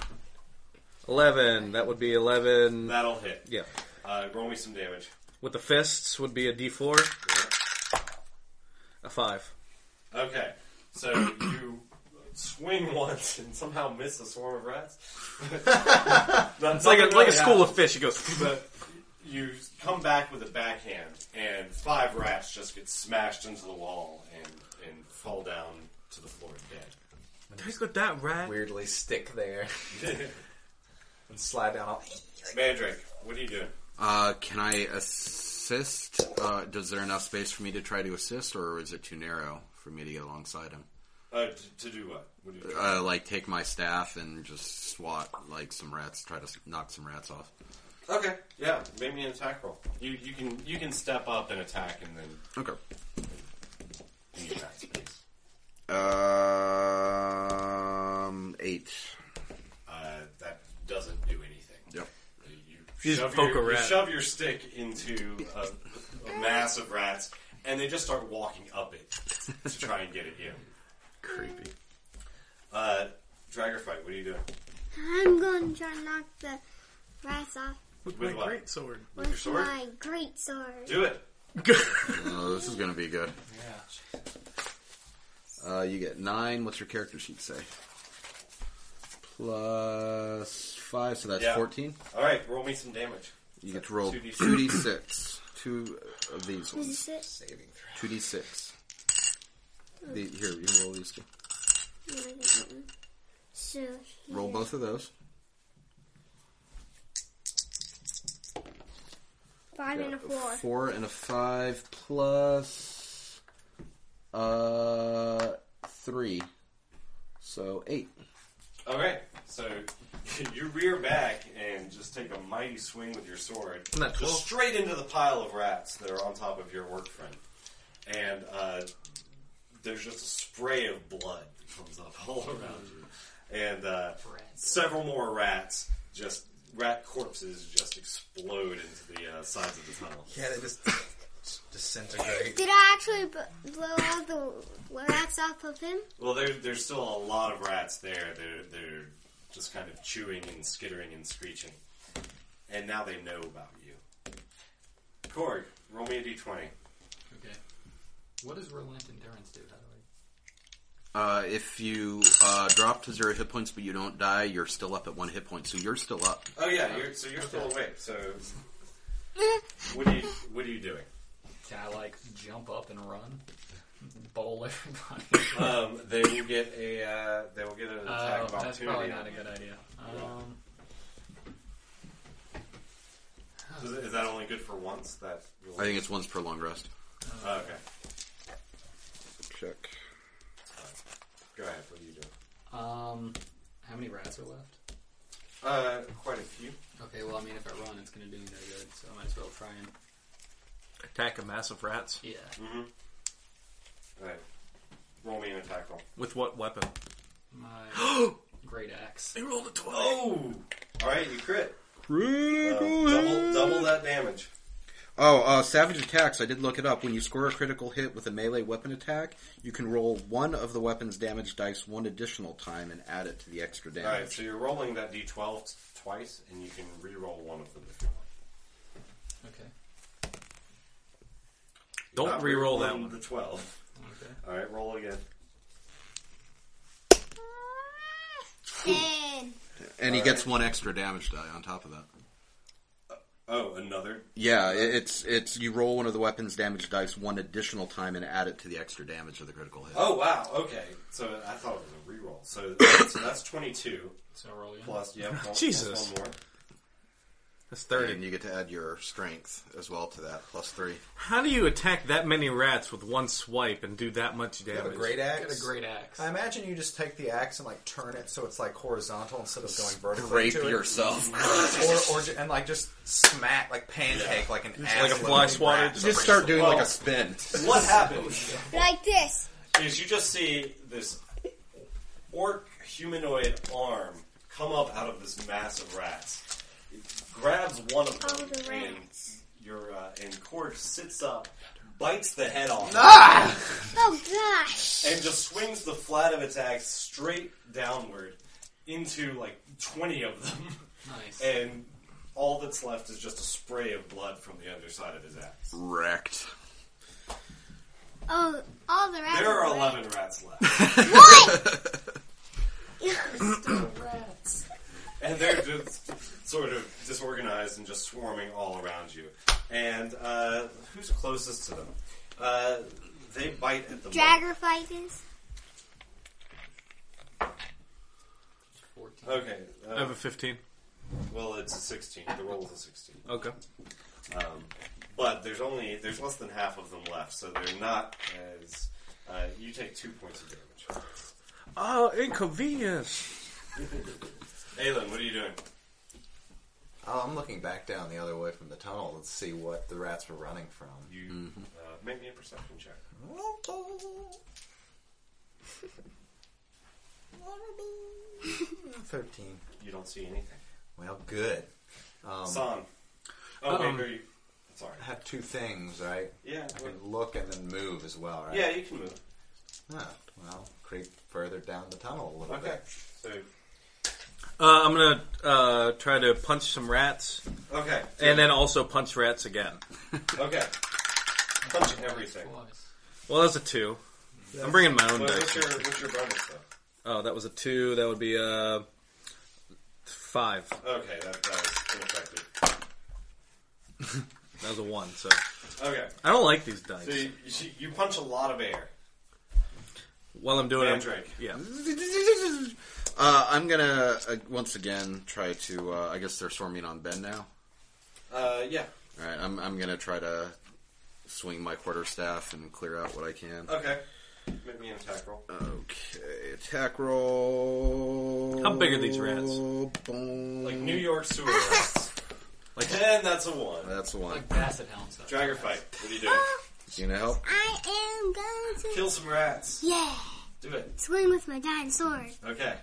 Eleven. That would be eleven. That'll hit. Yeah. Uh, roll me some damage. With the fists would be a D four. A five. Okay, so you swing once and somehow miss a swarm of rats. It's like a, like a school of fish. It goes. but you come back with a backhand, and five rats just get smashed into the wall and, and fall down to the floor dead. Take with that rat. Weirdly, stick there and slide down. All- Mandrake, what are you doing? Uh, can I assist? Uh, is there enough space for me to try to assist, or is it too narrow for me to get alongside him? Uh, t- to do what? What are you doing? Uh, like take my staff and just swat like some rats, try to s- knock some rats off. Okay, yeah, make me an attack roll. You you can you can step up and attack, and then Okay. use that space. Um, eight. Uh, that doesn't do anything. Uh, Yep. You You just shove, poke your, a you rat. shove your stick into a, a mass of rats, and they just start walking up it to try and get at you. Creepy. Uh, dragger fight. What are you doing? I'm going to try and knock the rats off With With my what? great sword. With your sword? my great sword. Do it. Oh, this is gonna be good. Yeah. Uh, you get nine. What's your character sheet say? Plus five, so that's Yeah. fourteen. All right, roll me some damage. You get to roll 2d6. two d six. Two of these ones. Is it? Two d six. The, here, you roll these two. No, I didn't. So here. Roll both of those. Five and a four. Four and a five plus uh three, so eight. All right, so you rear back and just take a mighty swing with your sword, Isn't that just cool? straight into the pile of rats that are on top of your work friend, and uh, there's just a spray of blood that comes up all around you, and uh, several more rats just. Rat corpses just explode into the uh, sides of the tunnel. yeah, they just disintegrate. Did I actually b- blow all the rats off of him? Well, there, there's still a lot of rats there. They're, they're just kind of chewing and skittering and screeching. And now they know about you. Korg, roll me a d20. Okay. What does relent endurance do? How do I? Uh, if you uh, drop to zero hit points but you don't die, you're still up at one hit point, so you're still up. Oh, yeah, you're, so you're still awake. So what are, you, what are you doing? Can I like jump up and run, bowl everybody? Um, they will get a uh, they will get an attack Oh, of that's opportunity. probably not a good idea. Um, Is, is that only good for once? That I think it's once per long rest. oh, okay. Check. Go ahead. What are you doing? um, how many rats are left? Uh, quite a few. Okay, well, I mean, if I run, it's gonna do me no good, so I might as well try and. Attack a mass of rats. Yeah. All right. Roll me an attack roll. With what weapon? My great axe. They rolled a twelve. Oh! All right, you crit. Critical double, double that damage. Oh, uh, savage attacks. I did look it up. When you score a critical hit with a melee weapon attack, you can roll one of the weapon's damage dice one additional time and add it to the extra All right, damage. so you're rolling that d12 t- twice, and you can re-roll one of them if you want. Okay. Don't Not re-roll that re-rolling one. The 12. Okay. All right, roll again. Ten. and he gets one extra damage die on top of that. Oh, another. Yeah, i- it's it's you roll one of the weapons damage dice one additional time and add it to the extra damage of the critical hit. Oh wow. Okay. So I thought it was a reroll. So, so that's twenty-two. So roll again. Plus, yeah. Plus, Jesus. Plus one more. That's thirty. And you get to add your strength as well to that plus three. How do you attack that many rats with one swipe and do that much You have damage? a great Get axe. a great axe. I imagine you just take the axe and like turn it so it's like horizontal instead of going vertical. Rape to it. yourself. or, or ju- and like just smack like pancake like an ass like a fly swatter, rat. just- Just start doing like a spin. What happens Like this. is you just see this orc humanoid arm come up out of this mass of rats. It grabs one of them All the and rats. your uh, and Cord sits up, bites the head off, Oh gosh. and just swings the flat of its axe straight downward into like twenty of them, Nice. and all that's left is just a spray of blood from the underside of his axe. Wrecked. Oh, all the rats. There are red. eleven rats left, What? and they're just sort of disorganized and just swarming all around you. And uh, who's closest to them? Uh, they bite at the Dragger fight is. Fourteen. Okay. I Uh, have a fifteen. well, it's a sixteen. The roll is a sixteen. Okay. Um, but there's only there's less than half of them left, so they're not as uh, you take two points of damage. Oh, inconvenience. Aelin, what are you doing? Oh, I'm looking back down the other way from the tunnel to see what the rats were running from. You uh, make me a perception check. Thirteen. You don't see anything. Well, good. Um, San. Oh wait, um, are you? Sorry. I have two things, right? Yeah. I well, can look and then move as well, right? yeah, you can move. Ah, well, creep further down the tunnel a little Okay. bit. So Uh, I'm gonna uh, try to punch some rats okay, and then also punch rats again. okay. Punch everything. Twice. Well, that's a two. I'm bringing my own Well, what's dice. your what's your bonus though? Oh, that was a two. That would be uh five. Okay, that, that was ineffective. That was a one. So Okay, I don't like these dice. so you, you, you punch a lot of air. While I'm doing it, I'm- Mandrake. yeah. Uh, I'm gonna uh, once again try to. Uh, I guess they're swarming on Ben now. Uh, yeah. All right, I'm I'm gonna try to swing my quarterstaff and clear out what I can. Okay. Make me an attack roll. Okay, attack roll. How big are these rats? Boom. Like New York sewer rats. like, and that's a one. That's the one. Like basset hounds. though. Dragger fight. What are you doing? You gonna help? Oh, I am going to. Kill some rats. Yeah. Do it. Swing with my dinosaur. Okay.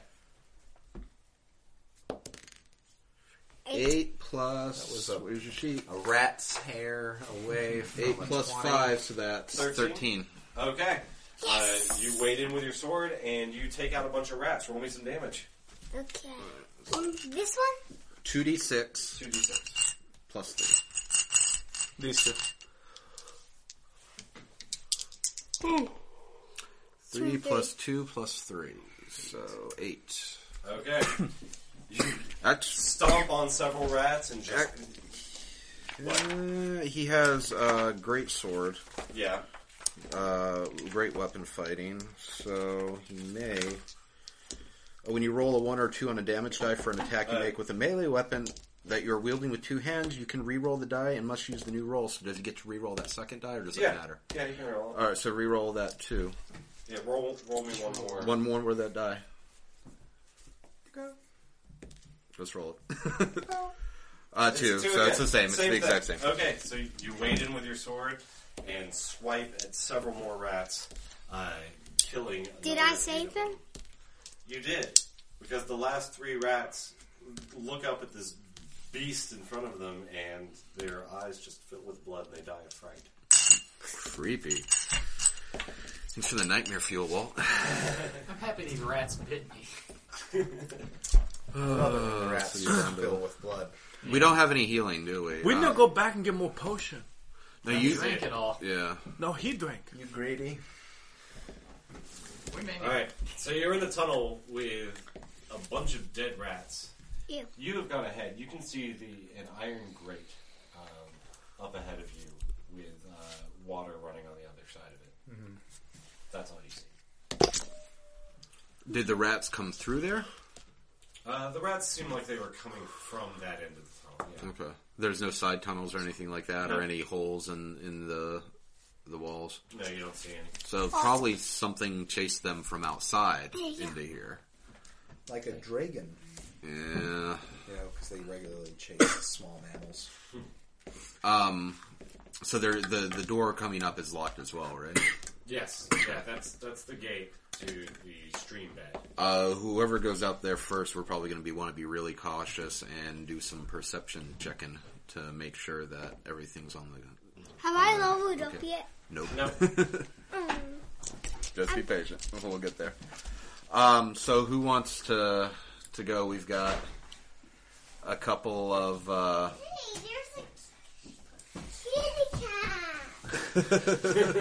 Eight plus. That was a- where's your sheet? A rat's hair away from Eight a plus 20. five, so that's Thirteen? thirteen. Okay. Uh, you wade in with your sword and you take out a bunch of rats. Roll me some damage. Okay. And this one? Two d six 2d6. plus three. These two. Three Two, plus two plus three, so eight. Okay. That's Stomp on several rats and just. uh, he has a uh, great sword, Yeah. uh, great weapon fighting, so he may. oh, When you roll a one or two on a damage die for an attack Uh, you make with a melee weapon that you're wielding with two hands, you can re-roll the die and must use the new roll. So does he get to re-roll that second die, or does Yeah. it matter? Uh, Yeah, you can roll. All right, so re-roll that too. Yeah, roll, roll me one more. One more with that die. Let's roll it. uh, It's two. two so again. it's the same. It's the thing. exact same. Okay, so you wade in with your sword and swipe at several more rats, uh, killing. Did another I eight save of them? You did, because the last three rats look up at this beast in front of them, and their eyes just fill with blood, and they die of fright. Creepy. Thanks for the nightmare fuel, Walt. I'm happy these rats bit me. Other rats Uh, you're down to- filled with blood. We don't have any healing, do we? We need Uh, to go back and get more potion. No, you. Drink it all. Yeah. No, he drank. You greedy. We may All right, so you're in the tunnel with a bunch of dead rats. Ew. You have gone ahead. You can see the an iron grate um, up ahead of you with uh, water running on the other side of it. Mm-hmm. That's all you see. Did the rats come through there? Uh, the rats seem like they were coming from that end of the tunnel. Yeah. Okay. There's no side tunnels or anything like that, or any holes in in the the walls. No, you don't see any. So probably something chased them from outside Yeah. into here. Like a dragon, Yeah. you know, because they regularly chase small mammals. Um. So there, the the door coming up is locked as well, right? Yes, yeah, that's that's the gate to the stream bed. Uh, whoever goes out there first, we're probably going to be want to be really cautious and do some perception checking to make sure that everything's on the. Have I leveled up okay. yet? Nope. No. Just be patient. We'll get there. Um, so who wants to to go? We've got a couple of uh, Hey, there's a kitty cat. Look, there's a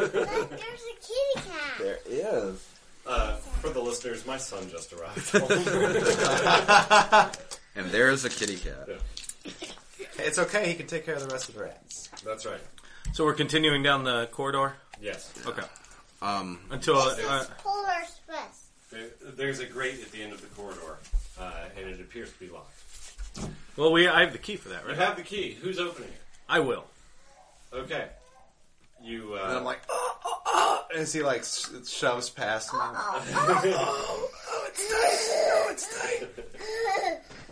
kitty cat. There is. Uh, for the listeners, my son just arrived. And there is a kitty cat. It's okay. He can take care of the rest of the rats. that's right. So we're continuing down the corridor. Yes. Okay. Um, Until uh, This uh, is Polar Express. There, there's a grate at the end of the corridor, uh, and it appears to be locked. well, we I have the key for that, I right? have the key. Who's opening it? I will. Okay. You, And I'm uh, like, oh, oh, oh, as he like sh- shoves past me.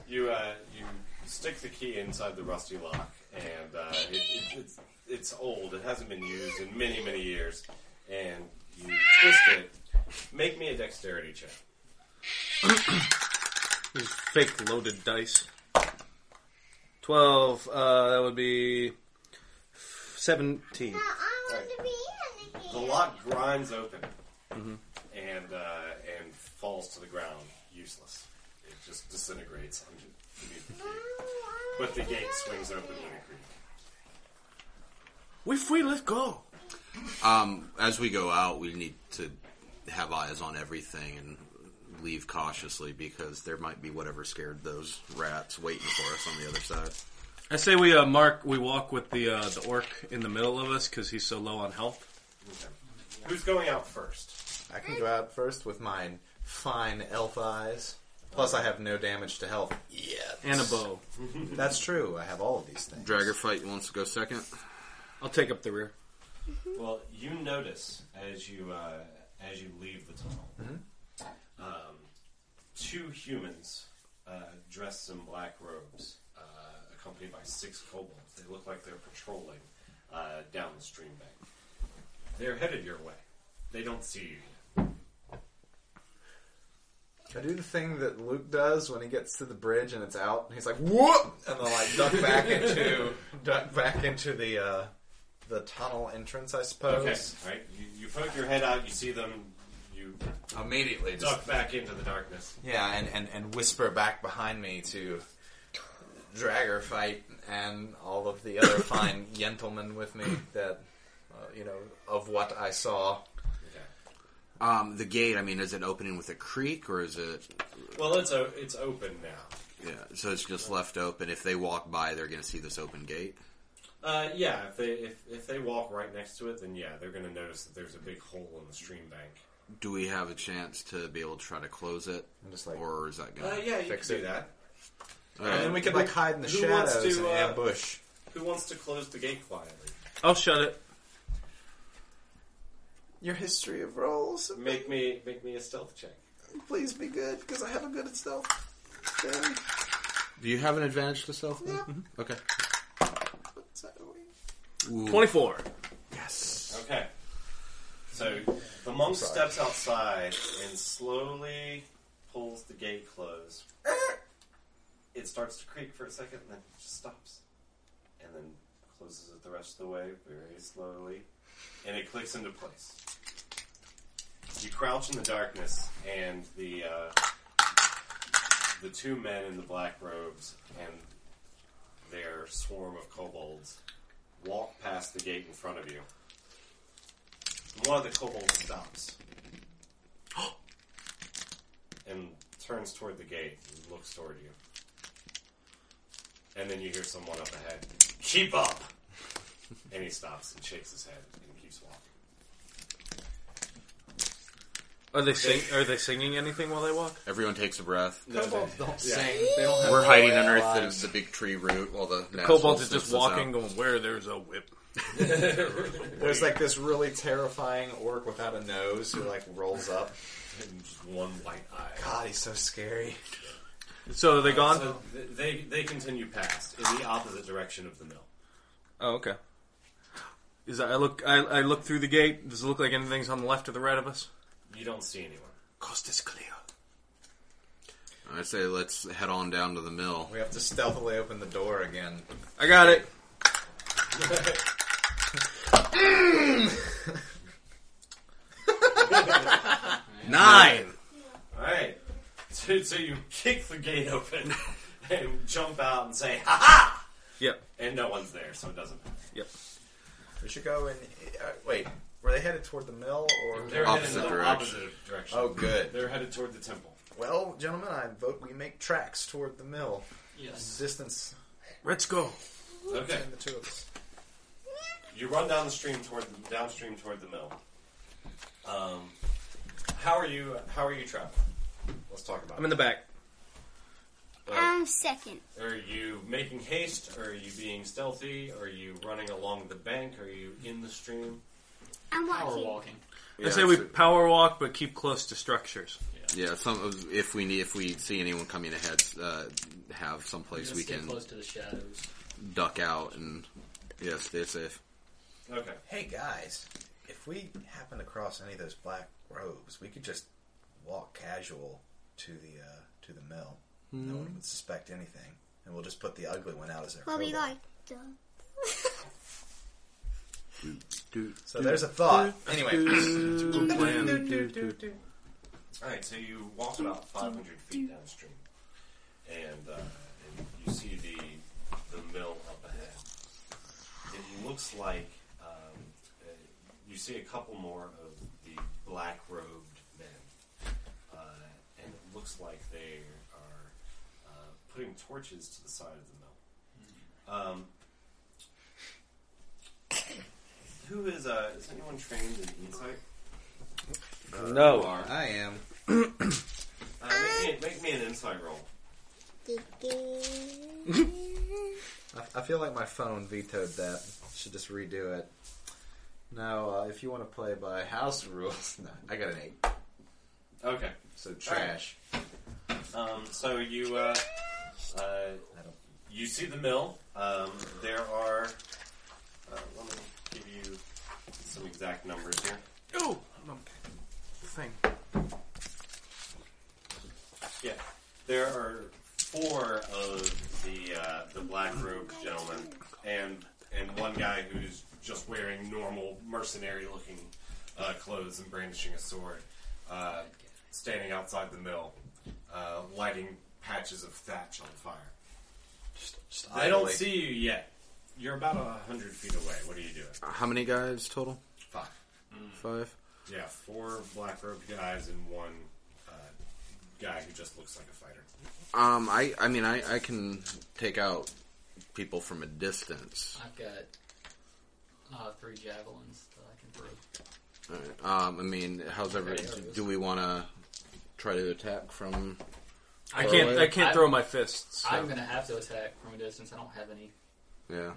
you, uh, you stick the key inside the rusty lock, and uh, it, it, it's, it's old. It hasn't been used in many, many years. And you twist it. Make me a dexterity check. These fake loaded dice. Twelve. Uh, that would be seventeen. Now I want to be in The again. lock grinds open and uh, and falls to the ground, useless. It just disintegrates underneath the Oh, key. But the gate swings open when it creaks. We free. Let's go. Um, as we go out, we need to have eyes on everything and leave cautiously because there might be whatever scared those rats waiting for us on the other side. I say we uh, mark. We walk with the uh, the orc in the middle of us because he's so low on health. Who's going out first? I can go out first with mine fine elf eyes. Plus, I have no damage to health. Yeah, And a bow. That's true. I have all of these things. Dragger fight wants to go second. I'll take up the rear. Well, you notice as you uh, as you leave the tunnel, um, two humans uh, dressed in black robes, uh, accompanied by six kobolds. They look like they're patrolling uh, down the stream bank. They're headed your way. They don't see you. I do the thing that Luke does when he gets to the bridge and it's out, and he's like, "Whoop!" and then like duck back into duck back into the uh, the tunnel entrance, I suppose. Okay, all right. You, you poke your head out. You see them. You Immediately, just duck back into the darkness. yeah, and, and and whisper back behind me to Dragger fight and all of the other fine gentlemen with me that uh, you know of what I saw. Okay. Um, the gate, I mean, is it opening with a creak or is it? Well, it's o- it's open now. Yeah, so it's just left open. If they walk by, they're going to see this open gate. Uh, yeah, if they if, if they walk right next to it, then yeah, they're gonna notice that there's a big hole in the stream bank. Do we have a chance to be able to try to close it, I'm just like- or is that going? Uh, to... yeah, you Fix can do it. that. And then we could like hide in the Who wants shadows to, and uh, ambush. Who wants to close the gate quietly? I'll shut it. Your history of rolls, Make me make me a stealth check. please be good because I haven't good at stealth. Damn. Do you have an advantage to self? No. Okay. Twenty four. Okay. So the monk steps outside and slowly pulls the gate closed. It starts to creak for a second and then it just stops. And then closes it the rest of the way very slowly. And it clicks into place. You crouch in the darkness and the uh, the two men in the black robes and their swarm of kobolds walk past the gate in front of you. One of the kobolds stops and turns toward the gate and looks toward you. And then you hear someone up ahead. Keep up! and he stops and shakes his head and keeps walking. Are they sing? Are they singing anything while they walk? Everyone takes a breath. No, they- Kobolds don't yeah. sing. They don't have We're hiding loyal underneath lives. the, the big tree root while the, The gnats kobolds all is just sniff us out. walking, going where there's a whip. There's like this really terrifying orc without a nose who like rolls up and just one white eye. God, he's so scary. So are they Uh, gone? so th- they they continue past in the opposite direction of the mill. Oh, okay. Is I look I, I look through the gate. Does it look like anything's on the left or the right of us? You don't see anyone. Coast is clear. I say let's head on down to the mill. We have to stealthily open the door again. I got it. Nine. All right. So, so you kick the gate open and jump out and say, "Ha ha!" Yep. And no one's there, so it doesn't. matter. Yep. We should go and uh, wait. Were they headed toward the mill or They're headed in the opposite direction. Oh, good. They're headed toward the temple. Well, gentlemen, I vote we make tracks toward the mill. Yes. Distance Let's go. Okay. between the two of us. You run down the stream toward the, downstream toward the mill. Um, how are you? How are you traveling? Let's talk about. I'm in the back. I'm second. it. Are you making haste? Or are you being stealthy? Are you running along the bank? Are you in the stream? I'm Power walking. walking. Yeah, I say we so- power walk, but keep close to structures. Yeah, some if we need if we see anyone coming ahead, uh, have someplace Just we stay can close to the shadows. duck out and yeah, stay safe. Okay. Hey guys, if we happen to cross any of those black robes, we could just walk casual to the uh, to the mill. No one would suspect anything, and we'll just put the ugly one out as their. Well, we kobold. like the So there's a thought. Anyway, All right, so you walk about 500 feet downstream, and, uh, and you see the the mill up ahead. It looks like um, uh, you see a couple more of the black robed men, uh, and it looks like they are uh, putting torches to the side of the mill. Um, who is uh, is anyone trained in insight? no, I am. Uh, make, me, make me an insight roll. I, I feel like my phone vetoed that. Should just redo it. No, uh, if you want to play by house rules, no, I got an eight. Okay. So trash. Um, so you uh, uh, you see the mill. Um, there are. Uh, let me give you some exact numbers here. Oh, no. thing. Yeah, there are four of the uh, the black robed gentlemen, and and one guy who's just wearing normal mercenary looking uh, clothes and brandishing a sword, uh, standing outside the mill, uh, lighting patches of thatch on fire. They don't idly. see you yet. You're about a hundred feet away. What are you doing? How many guys total? Fuck. Five. Yeah, four black robed guys and one uh, guy who just looks like a fighter. Um, I I mean I I can take out people from a distance. I've got uh, three javelins that I can throw. All right. Um, I mean, how's ever? Do we want to try to attack from? I Or can't. wait. I can't I- throw my fists. so- I'm gonna have to attack from a distance. I don't have any. Yeah.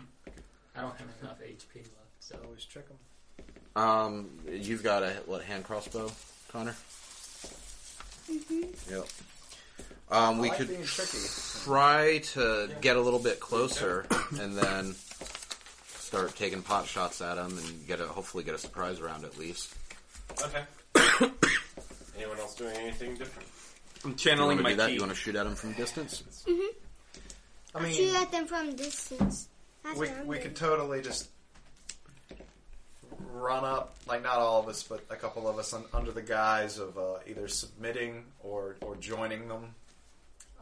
I don't have enough HP left. So Always check them. Um, you've got a what hand crossbow, Connor? Mm-hmm. Yep. Um, we I like could being tricky. try to get a little bit closer and then start taking pot shots at them and get a hopefully get a surprise round at least. Okay. Anyone else doing anything different? I'm You want channeling to my do that? key. You want to shoot at them from distance? I Shoot mean, at them from distance. That's we what I'm we doing. could totally just run up, like not all of us, but a couple of us, un- under the guise of uh, either submitting or or joining them,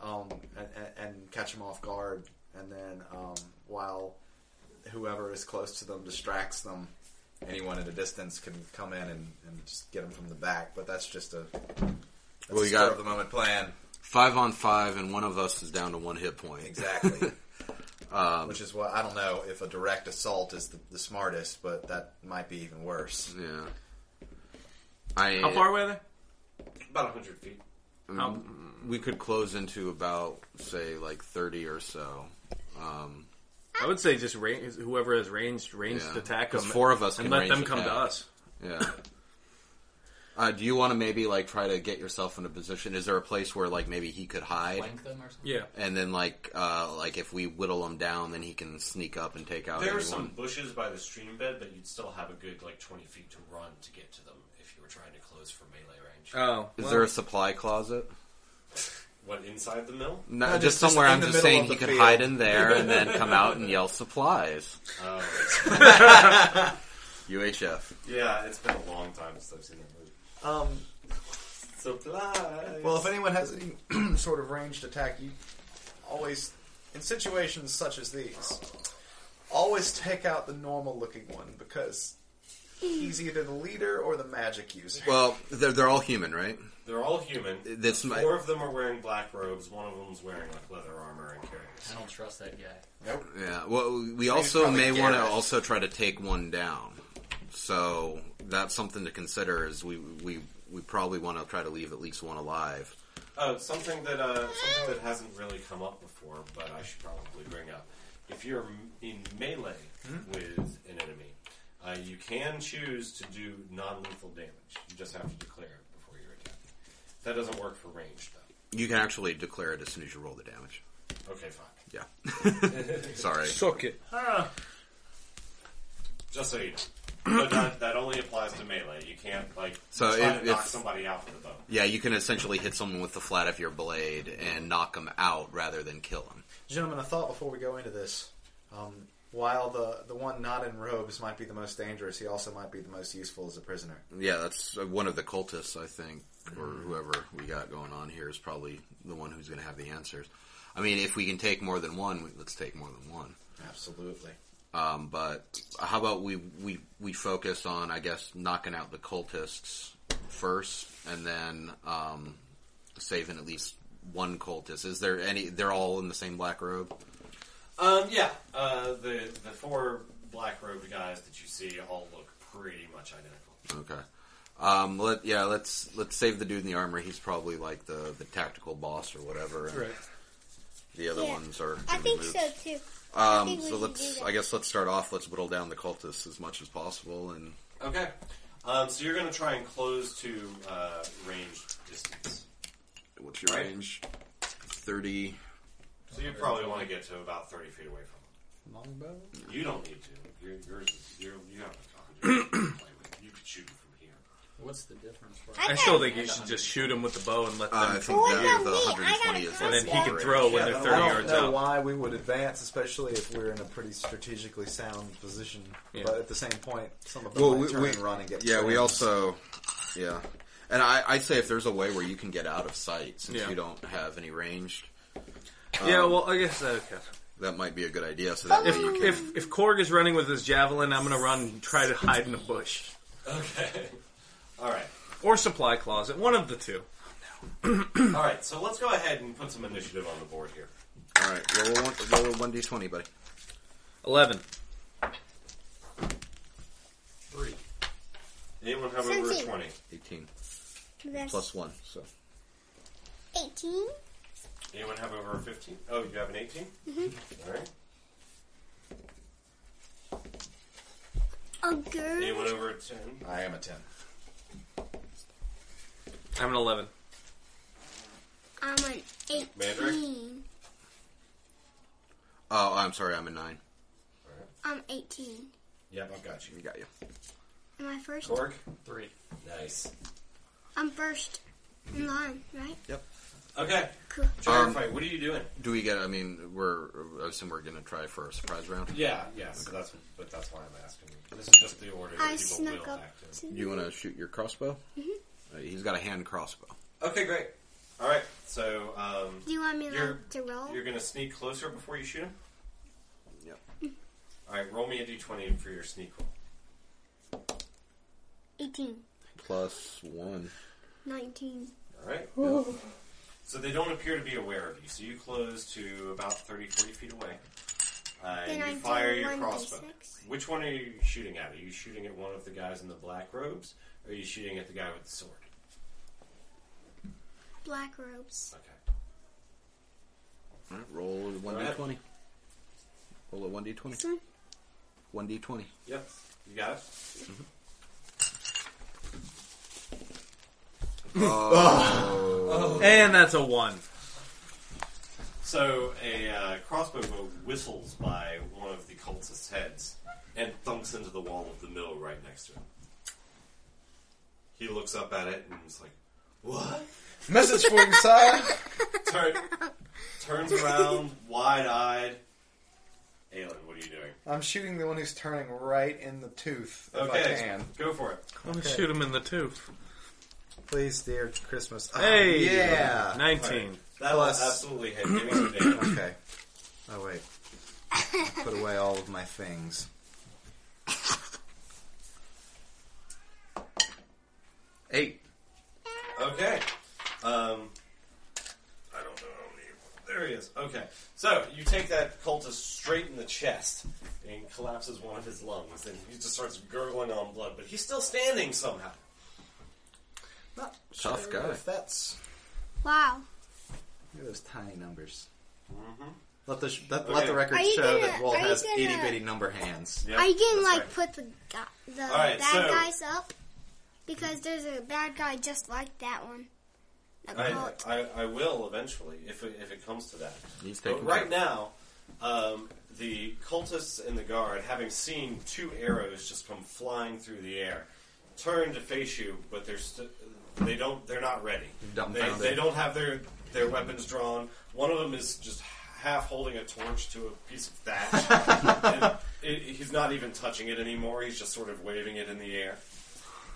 um, and, and, and catch them off guard, and then um, while whoever is close to them distracts them. Anyone at a distance can come in and, and just get them from the back, but that's just a that's Well, a you got- spur of the moment plan. Five on five, and one of us is down to one hit point. Exactly. Um, Which is what I don't know if a direct assault is the, the smartest, but that might be even worse. Yeah. I, How far away are they? About hundred feet. Mm, we could close into about say like thirty or so. Um, I would say just range, whoever has ranged ranged yeah. attack 'Cause them. Four of us can and let range them come to attack. us. Yeah. Uh, do you want to maybe like try to get yourself in a position? Is there a place where like maybe he could hide, Flank them or something? Yeah. and then like uh, like if we whittle him down, then he can sneak up and take out There are everyone. some bushes by the stream bed, but you'd still have a good like twenty feet to run to get to them if you were trying to close for melee range. Oh, Is well, there a supply closet? What inside the mill? No, No, just, just- just somewhere. in I'm the just middle saying of he the could field. hide in there and then come out and yell supplies. Oh, Oh. UHF. yeah. It's been a long time since I've seen that movie. Um, Supplies. well, if anyone has any sort of ranged attack, you always, in situations such as these, always take out the normal looking one because he's either the leader or the magic user. Well, they're, they're all human, right? they're all human. That's my- Four of them are wearing black robes. One of them's wearing like leather armor and carrying. a I don't trust that guy. Yeah. Well, we also probably may want to Garrett. also try to take one down. So that's something to consider. Is we we we probably want to try to leave at least one alive. Oh, it's something that uh, something that hasn't really come up before, but I should probably bring up. If you're m- in melee Hmm? with an enemy, uh, you can choose to do non-lethal damage. You just have to declare it before you're attacking. That doesn't work for range, though. You can actually declare it as soon as you roll the damage. Okay, fine. Yeah. Sorry. Suck it. Just so you know, but that, that only applies to melee. You can't like So try if- to knock if- somebody out with a bow. Yeah, you can essentially hit someone with the flat of your blade and knock them out rather than kill them. Gentlemen, a thought before we go into this. Um, while the, the one not in robes might be the most dangerous, he also might be the most useful as a prisoner. Yeah, that's uh, one of the cultists, I think, or whoever we got going on here is probably the one who's going to have the answers. I mean, if we can take more than one, we- let's take more than one. Absolutely. Um, but how about we, we we focus on, I guess, knocking out the cultists first, and then um, saving at least one cultist. Is there any? They're all in the same black robe. Um, yeah, uh, the the four black robed guys that you see all look pretty much identical. Okay. Um, let yeah, let's let's save the dude in the armor. He's probably like the, the tactical boss or whatever. and Right. The other Yeah. ones are. I doing think moves. so too. I Um, think we so should let's. do that. I guess let's start off. Let's whittle down the cultists as much as possible, and Okay. Um, so you're going to try and close to uh, range distance. what's your Right. range? Thirty. So you probably want to get to about 30 feet away from Longbow? them. You don't need to. You're, yours is, you're, you have a 100 feet to play with. You could shoot them from here. What's the difference? For I got- still think you should just shoot him with the bow and let them. Uh, I think What that about the me? I 120 got is, a like, and then he can range. throw when I they're don't, 30 I don't yards know out. why we would advance, especially if we're in a pretty strategically sound position. Yeah. But at the same point, some of them Well, might we, turn we and run and get. yeah. We jammed. also yeah, and I I'd say if there's a way where you can get out of sight since Yeah. you don't have any ranged, Yeah, well, I guess uh, okay. that might be a good idea. So that If way you can. if if Korg is running with his javelin, I'm gonna run and try to hide in a bush Okay. All right. or supply closet, one of the two. All right. So let's go ahead and put some initiative on the board here. all right, roll a one, roll a 1d20, buddy. Eleven. Three. Anyone have over a Seventeen. 20? 18 That's plus one. So 18. Anyone have over a 15? Oh, you have an 18? All right. A girl. Anyone over a 10? I am a ten. I'm an eleven. I'm an 18. Mandarin? oh, I'm sorry, I'm a nine. I'm 18. Yep, I've got you. You got you. Am I first? Torg? Three. Nice. I'm first in line, right? Okay. Cool. Try Um, fight. What are you doing? Do we get? I mean, we're I assume we're gonna try for a surprise round. Yeah, yeah. So that's but that's why I'm asking. This is just the order that I people snuck will up act in. to. You want to shoot your crossbow? Mm-hmm. Uh, he's got a hand crossbow. Okay, great. All right. So um, Do you want me You're- like, to roll? you're gonna sneak closer before you shoot him. Yep. All right. Roll me a d20 for your sneak roll. 18. Plus one. 19. All right. So they don't appear to be aware of you. So you close to about 30, 40 feet away. Uh, Then and you I'm fire doing your one crossbow. D6. Which one are you shooting at? Are you shooting at one of the guys in the black robes, or are you shooting at the guy with the sword? Black robes. All right, roll one d twenty. Roll a one d twenty. This one? One d twenty. Yep, you got it. Oh. And that's a one. So a uh, crossbow bolt whistles by one of the cultist's heads and thunks into the wall of the mill right next to him. He looks up at it and is like, "What?" Message for you, sire. Turn, turns around, wide-eyed. Aelin, what are you doing? I'm shooting the one who's turning right in the tooth. If I Okay, can. go for it. I'm gonna shoot him in the tooth. Please, dear Christmas. Ah, Hey, yeah, nineteen. That Plus- will absolutely hit. Give me some damage. Okay. Oh wait. I put away all of my things. Eight. Okay. Um, I don't know. how many- There he is. Okay. So you take that cultist straight in the chest and collapses one of his lungs, and he just starts gurgling on blood, but he's still standing somehow. Not Tough sure guy. If that's Wow. look at those tiny numbers. Mm-hmm. Let the sh- let, let Okay. the record Are you show gonna- that Walt are you has gonna- itty bitty number hands. Yeah, Are you getting that's like right. put the gu- the Alright, bad so- guys up? Because there's a bad guy just like that one. The I, cult. I, I will eventually if it, if it comes to that. He's But taking right now, um, the cultists and the guard, having seen two arrows just come flying through the air, turn to face you, but they're st- they don't they're not ready. They, Dumbfounded. they don't have their their weapons drawn. One of them is just half holding a torch to a piece of thatch. and it, he's not even touching it anymore. He's just sort of waving it in the air.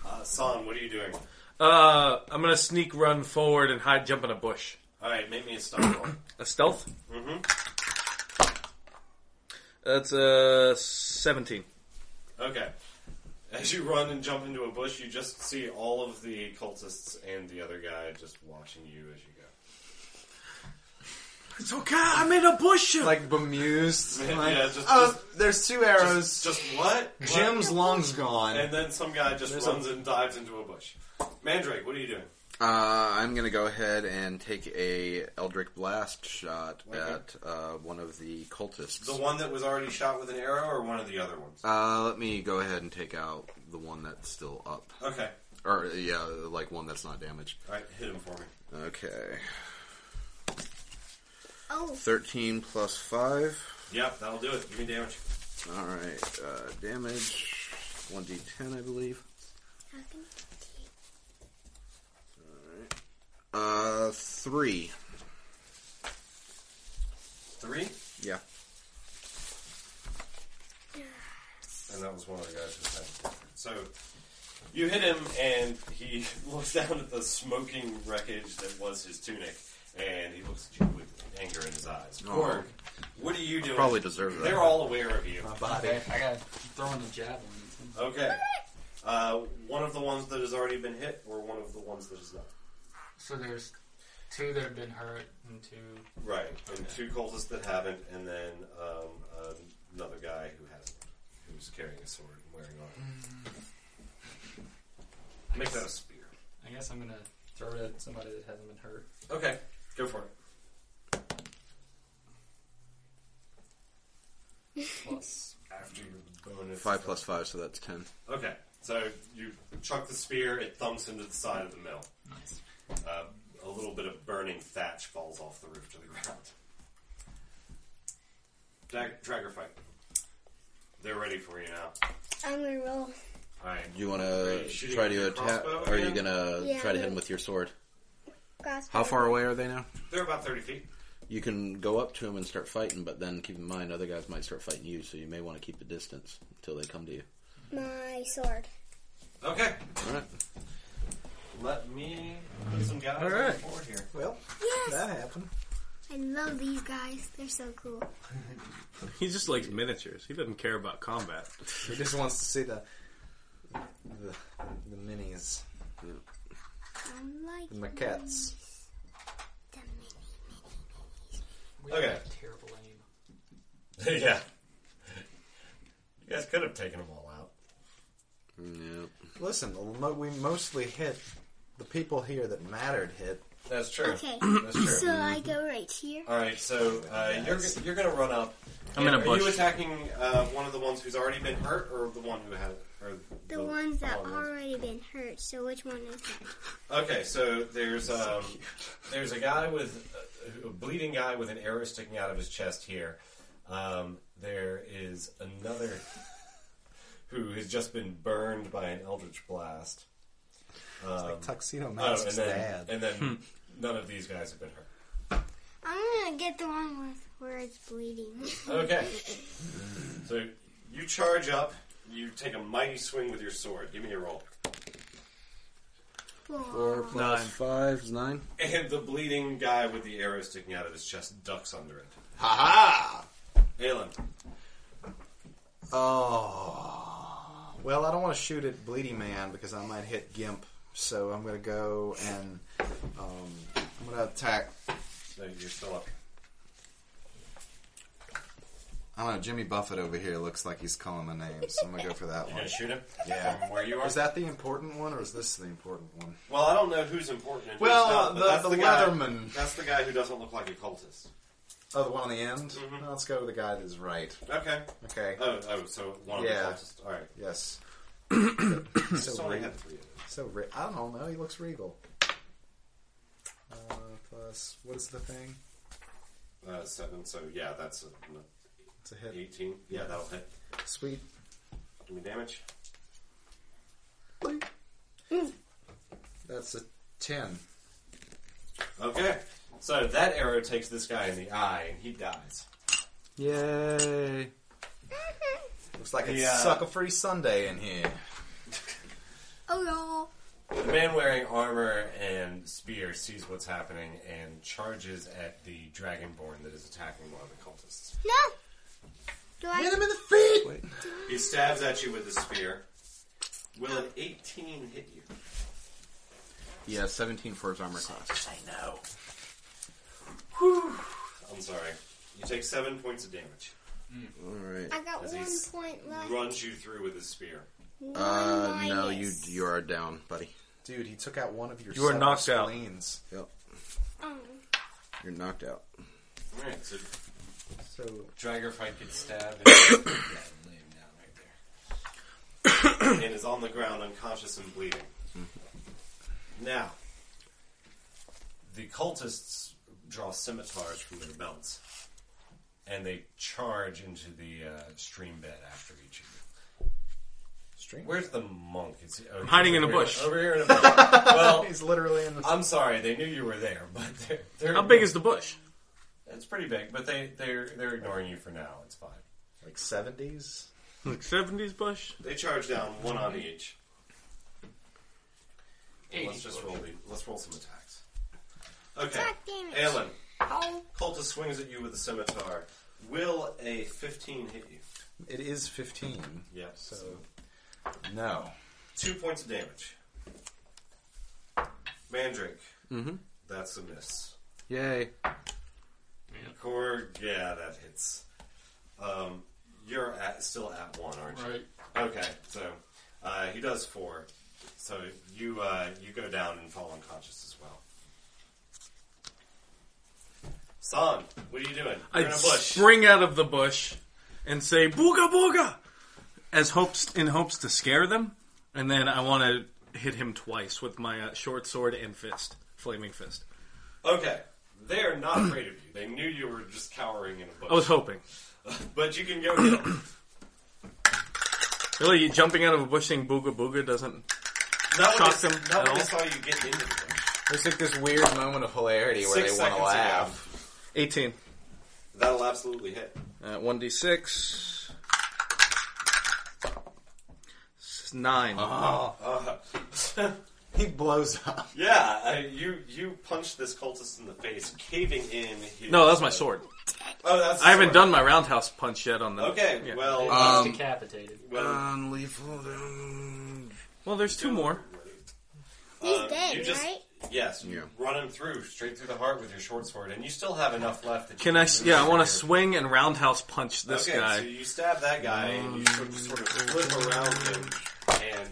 Uh, San, what are you doing? Uh, I'm gonna sneak run forward and hide, jump in a bush. All right, make me a stun roll. A stealth. Mm-hmm. That's a seventeen. Okay. As you run and jump into a bush, you just see all of the cultists and the other guy just watching you as you go. It's okay. I'm in a bush. Like bemused. Yeah, like, yeah, just- oh, just- there's two arrows. Just, just what? Jim's long's gone. And then some guy just There's runs and dives into a bush. Mandrake, what are you doing? Uh, I'm gonna go ahead and take a Eldric Blast shot Okay. at uh, one of the cultists. The one that was already shot with an arrow, or one of the other ones? Uh, let me go ahead and take out the one that's still up, Okay. or yeah, like one that's not damaged. All right, hit him for me. Okay, oh, thirteen plus five. Yep, that'll do it. Give me damage. All right, uh, damage one d10, I believe. how can- Uh, three. Three, Yeah. and that was one of the guys who had. So you hit him, and he looks down at the smoking wreckage that was his tunic, and he looks at you with anger in his eyes. Korg, what are you doing? Oh. Probably deserve that. They're all aware of you. body. Okay, I gotta throw in the javelin. Okay. Uh, one of the ones that has already been hit, or one of the ones that is not. So there's two that have been hurt and two. Right, and two cultists that haven't, and then um, another guy who hasn't, who's carrying a sword and wearing armor. Mm. Make that a spear. I guess I'm gonna throw it at somebody that hasn't been hurt. Okay, go for it. Plus, after your bonus. Five plus five, so that's ten. Okay, so you chuck the spear, it thumps into the side of the mill. Nice. Uh, a little bit of burning thatch falls off the roof to the ground. Dag- Dragger fight. They're ready for you now. I'm gonna roll. Alright. Do you want Are to you shooting try with to your attack? crossbow Are you again? gonna Yeah, try to hit I'm- him with your sword? Crossbow. How far away are they now? They're about 30 feet. You can go up to him and start fighting, but then keep in mind other guys might start fighting you, so you may want to keep a distance until they come to you. My sword. Okay. All right. Let me put some guys on the Alright. board here. Well, Yes, that happened. I love these guys. They're so cool. He just likes miniatures. He doesn't care about combat. He just wants to see the the, the minis, I like the maquettes. them. We Okay. have terrible aim. yeah. guys could have taken them all out. Listen, mo- we mostly hit the people here that mattered. Hit. That's true. Okay. So I go right here. All right, so uh, you're g- you're gonna run up. I'm in a are bush. you attacking uh, one of the ones who's already been hurt, or the one who has? Or The ones that one already been hurt. So which one is that? Okay, so there's um, there's a guy with a bleeding guy with an arrow sticking out of his chest here. Um, there is another who has just been burned by an eldritch blast. Um, Tuxedo oh, Mask's and then, dad. and then none of these guys have been hurt. I'm gonna get the one with where it's bleeding. Okay. So you charge up. You take a mighty swing with your sword. Give me a roll. Four Four. plus Nine. five is nine. And the bleeding guy with the arrow sticking out of his chest ducks under it. Ha Aelin. Oh. Well, I don't want to shoot at Bleedy Man because I might hit Gimp. So I'm going to go and um, I'm going to attack. No, you're still up. I don't know. Jimmy Buffett over here looks like he's calling my name, so I'm going to go for that You're one. gonna shoot him? Yeah. From where you are? Is that the important one, or is this the important one? Well, I don't know who's important. and who's Well, not, but the- that's the guy, Leatherman. That's the guy who doesn't look like a cultist. Oh, the one on the end. Mm-hmm. No, let's go with the guy that's right. Okay. Okay. Oh, oh, so one of Yeah. the cultists. All right. yes. Just so only regal. had three. of them. So re- I don't know. He looks regal. Uh, plus, what is the thing? Uh, seven. So yeah, that's a, It's a hit. eighteen. Yeah, that'll hit. Sweet. Give me damage. That's a ten. Okay. So that arrow takes this guy in the eye, and he dies. Yay! Looks like it's The, uh, sucker-free Sunday in here. Oh no. The man wearing armor and spear sees what's happening and charges at the dragonborn that is attacking one of the cultists. No. Do I? in the feet. He stabs at you with the spear. Will an 18 hit you? Yeah, seventeen for his armor class. I'm sorry. You take seven points of damage. All right. I got As one he's- point left. Runs you through with his spear. One Uh, no, you minus. you are down, buddy. Dude, he took out one of your. You are severed knocked out. spleens. Yep, Oh. you're knocked out. Alright, so So Drager fight gets stabbed. And yeah, lay him down right there. and is on the ground unconscious and bleeding. Mm-hmm. Now, the cultists draw scimitars from their belts and they charge into the uh, stream bed after each of you. stream. Where's the monk? Is he, oh, he's Hiding in over a here. bush. Over here in a bush. well, He's literally in the. I'm sorry, they knew you were there, but they're, they're How big is the bush? It's pretty big, but they they're they're ignoring you for now. It's fine. like seventies. Like 70s bush? They charge down one on each. Let's Eighty. just roll the, let's roll some attacks. Okay, Attack damage. Aelin, Oh. Uh, cultist swings at you with a scimitar. Will a fifteen hit you? It is fifteen. Yeah. So No. two points of damage. Mandrake. Mm-hmm. That's a miss. Yay! Core. Yeah, that hits. Um, you're at, still at one, aren't you? Right. Okay, so uh, he does four. So you uh, you go down and fall unconscious as well. Son, what are you doing? You're I in a bush. spring out of the bush and say "booga booga," as hopes in hopes to scare them, and then I want to hit him twice with my uh, short sword and fist, flaming fist. Okay, they are not afraid of you. They knew you were just cowering in a bush. I was hoping. but you can go. hit 'em. Really, jumping out of a bush saying "booga booga" doesn't. Not when, Shocked they, him not when at they all? saw you get into the bush. There's like this weird moment of hilarity where Six they want seconds to laugh. Eighteen. Uh, ago. That'll absolutely hit. One d six. Nine. He blows up. Yeah, uh, you you punched this cultist in the face, caving in. His, no, that was my sword. Oh, that's. I haven't sword. done my roundhouse punch yet on the. Okay, Yeah. Um, Uh, well, He's decapitated. well, Unlethal damage. Well, there's two more. He's Um, dead, you just- right? Yes, you run him through straight through the heart with your short sword, and you still have enough left. That Can you I? s- move Yeah, I want your- to swing and roundhouse punch this okay, guy. So you stab that guy, and you sort of, sort of flip around him and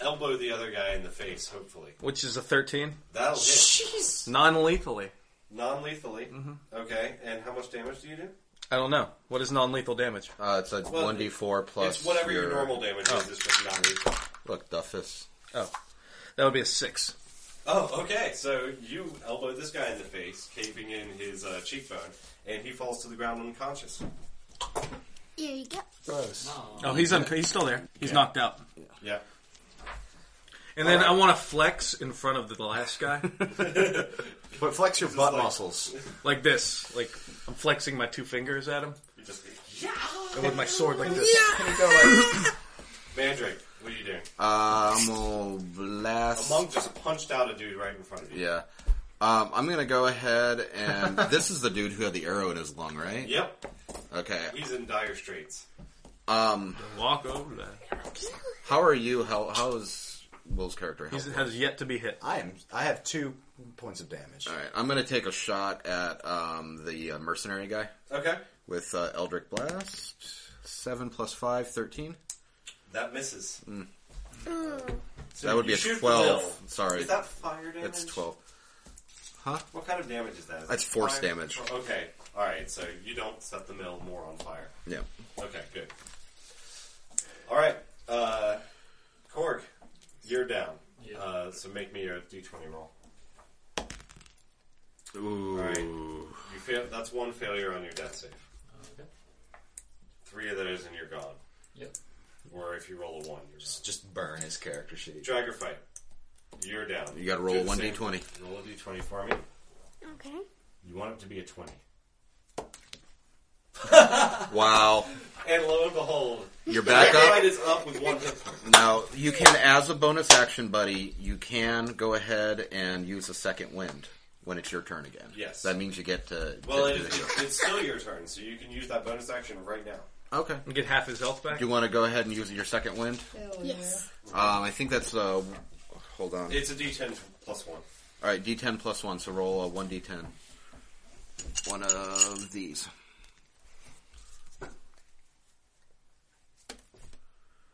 elbow the other guy in the face. Hopefully, which is a 13. That'll hit. Jeez. Non-lethally. non-lethally. Mm-hmm. Okay, and how much damage do you do? I don't know. What is non-lethal damage? Uh, it's a Well, 1d4 plus. it's whatever your Oh. normal damage is, it's just not lethal. Look, Duffus. Oh. That would be a 6. Oh, okay. So you elbow this guy in the face, caving in his uh, cheekbone, and he falls to the ground unconscious. Here you go. Gross. Oh, he's un- he's still there. He's knocked out. Yeah. And then I want to flex in front of the last guy. but flex your butt muscles. Like this. Like I'm flexing my two fingers at him. You just And with my sword like this. Can you go like Mandrake? What are you doing? Uh, I'm gonna blast. A monk just punched out a dude right in front of you. Yeah. Um, I'm gonna go ahead and this is the dude who had the arrow in his lung, right? Yep. Okay. He's in dire straits. Um, Walk over that. how are you? How how is Will's character? He health? has yet to be hit. I am. I have two points of damage. All right, I'm gonna take a shot at um, the uh, mercenary guy. Okay. With uh, Eldric Blast, seven plus five, 13. That misses. So Hmm. that would be you a shoot twelve. Will. Sorry, Is that fire damage? That's twelve. Huh? What kind of damage is that? Is That's it force fire? damage. Oh, Okay. All right. So you don't set the mill more on fire. Yeah. Okay. Good. All right. Uh, Korg, you're down. Uh, so make me a d20 roll. Ooh. All right. You fail. That's one failure on your death save. Oh, Okay. Three of those, and you're gone. Yep. Or if you roll a one, you're just, just burn his character sheet. Dragger fight. You're down. You gotta roll Do a the 1d20. same. Roll a d20 for me. Okay. You want it to be a 20. Wow. And lo and behold, You're back Dragger up? Fight is up with one hit point. Now you can, as a bonus action, buddy, you can go ahead and use a second wind when it's your turn again. Yes. that means you get to. Well, to it, do it, it. it's still your turn, so you can use that bonus action right now. okay. And get half his health back. Do you want to go ahead and use your second wind? Yes. Um, I think that's uh, hold on. It's a D10 plus one. All right, D10 plus one. So roll a one D10. One of these.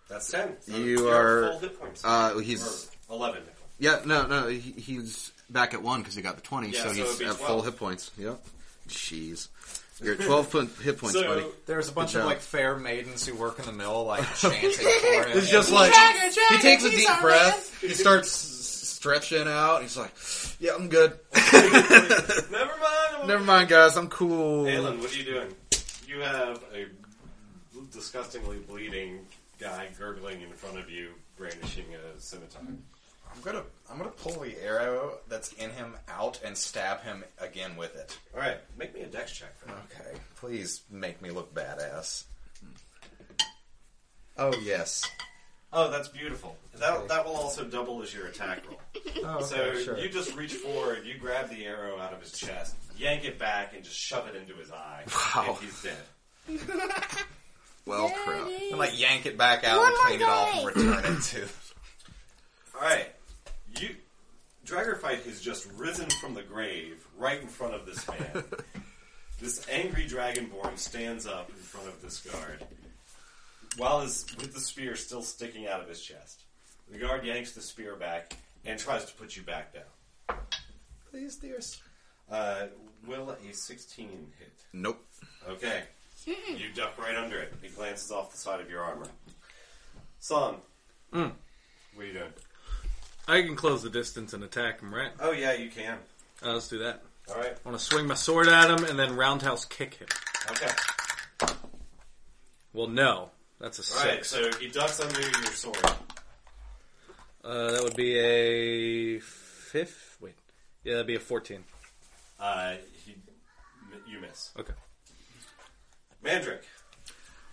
That's ten. So you you're are. full hit points. Uh, he's. Or eleven. hit points. Yeah, no, no. He, he's back at one because he got the twenty, Yeah, so, so he's it'd be at 12. full hit points. Yep. Jeez, you're at twelve pun- hit points, So- buddy. There's a bunch Good of job. like fair maidens who work in the mill, like chanting for him. It's just like he takes a deep breath, he starts s- stretching out, and he's like, "Yeah, I'm good. Never mind. Never mind, guys, I'm cool." Aelin, what are you doing? You have a disgustingly bleeding guy gurgling in front of you, brandishing a scimitar. I'm gonna I'm gonna pull the arrow that's in him out and stab him again with it. All right, make me a dex check for that. Okay, please make me look badass. Oh yes. Oh, that's beautiful. That that will also double as your attack roll. Oh, So okay, sure. you just reach forward, you grab the arrow out of his chest, yank it back, and just shove it into his eye. Wow. And he's dead. Well, crap. And like yank it back out One and more clean it off and guy. return it to. All right, you. Draggerfight has just risen from the grave right in front of this man. this angry dragonborn stands up in front of this guard, while his with the spear still sticking out of his chest. The guard yanks the spear back and tries to put you back down. Please, dearest. Uh, will a sixteen hit? Nope. Okay. You duck right under it. It glances off the side of your armor. Son, what are you doing? I can close the distance and attack him, right? Oh yeah, you can. Uh, let's do that. All right. I want to swing my sword at him and then roundhouse kick him. Okay. Well, no. That's a All right. 6. So he ducks under your sword. Uh, that would be a fifth. Wait, yeah, that'd be a fourteen. Uh, he, m- you miss. Okay. Mandrake.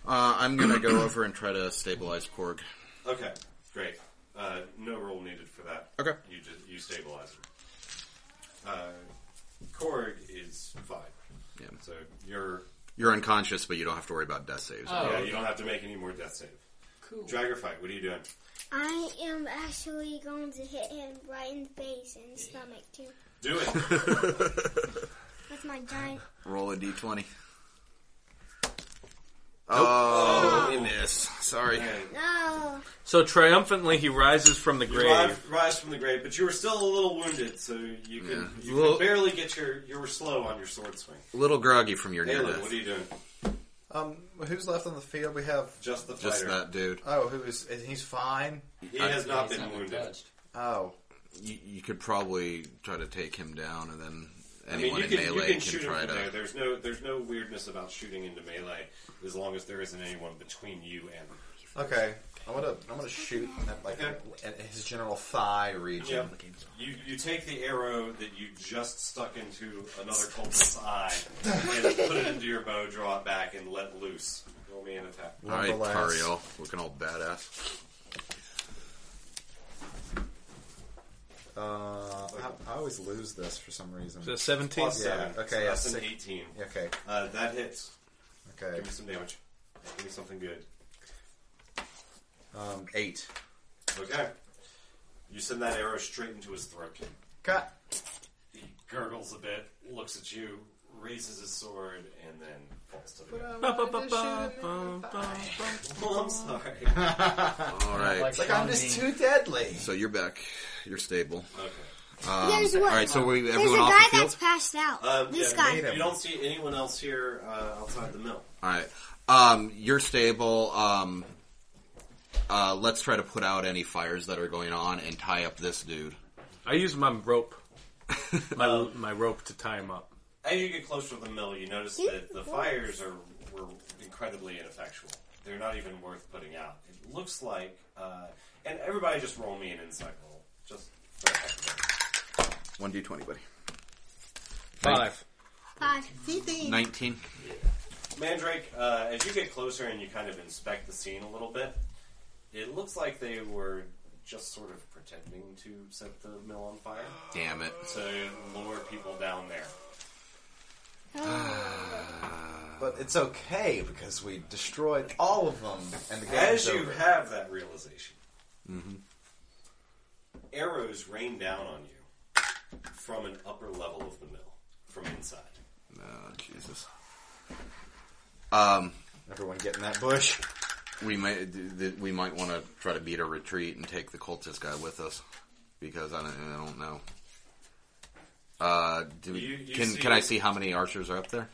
Uh, I'm gonna go over and try to stabilize Korg. Okay. Great. Uh, no roll needed for that. Okay. You just you stabilize him. Uh, Korg is fine. Yeah. So you're You're unconscious, but you don't have to worry about death saves. Oh, yeah. You don't have to make any more death save. cool. Dragger fight. What are you doing? I am actually going to hit him right in the face and stomach too. Do it. Oh. With my giant. Roll a d20. Oh, he missed. Sorry. No. So triumphantly, he rises from the You grave. ri- rise from the grave, but you were still a little wounded, so you could you could Well- barely get your you were slow on your sword swing. A little groggy from your near Naylor, what death. are you doing? Um, who's left on the field? We have just the Just that dude. Oh, who is? and He's fine. He I- has not been wounded. Oh, You, you could probably try to take him down, and then I mean, anyone you can, in you melee can can, shoot him try from to. there. There's no there's no weirdness about shooting into melee as long as there isn't anyone between you and. okay. I'm gonna I'm gonna shoot at like at his general thigh region. Yep. You you take the arrow that you just stuck into another cultist's eye and put it into your bow, draw it back, and let loose. Roll me an attack. All right, Nonetheless. Tariel, looking all badass. Uh, I, I always lose this for some reason. So 17? Plus Yeah, seven. so Okay, yeah, that's an six- 18. Okay, Uh, that hits. okay. Give me some damage. Give me something good. Um, eight. Okay. You send that arrow straight into his throat. Cut. He gurgles a bit, looks at you, raises his sword, and then falls to the ground. Well, I'm sorry. All right. Like I'm just too deadly. so you're back. You're stable. Okay. Um, There's one. All right, so we, There's everyone a off guy the field? that's passed out. Um, this yeah, guy. You, you don't see anyone else here uh, outside the mill. All right. Um, you're stable. Um, uh, let's try to put out any fires that are going on and tie up this dude. I use my rope, my my rope to tie him up. As you get closer to the mill, you notice that the fires are were incredibly ineffectual. They're not even worth putting out. It looks like, uh, and everybody just roll me an insight roll, just for the heck of it. 1d20, buddy. Five. Five. 19. Mandrake, uh, as you get closer and you kind of inspect the scene a little bit, it looks like they were just sort of pretending to set the mill on fire Damn it. to lure people down there. But it's okay because we destroyed all of them, and the As game's you over. have that Mm-hmm. realization, arrows rain down on you from an upper level of the mill, from inside. Oh, Jesus. Um, Everyone get in that bush. we might th- th- we might want to try to beat a retreat and take the cultist guy with us because I don't, I don't know. Uh, do we, You- you can see- can I see how many archers are up there?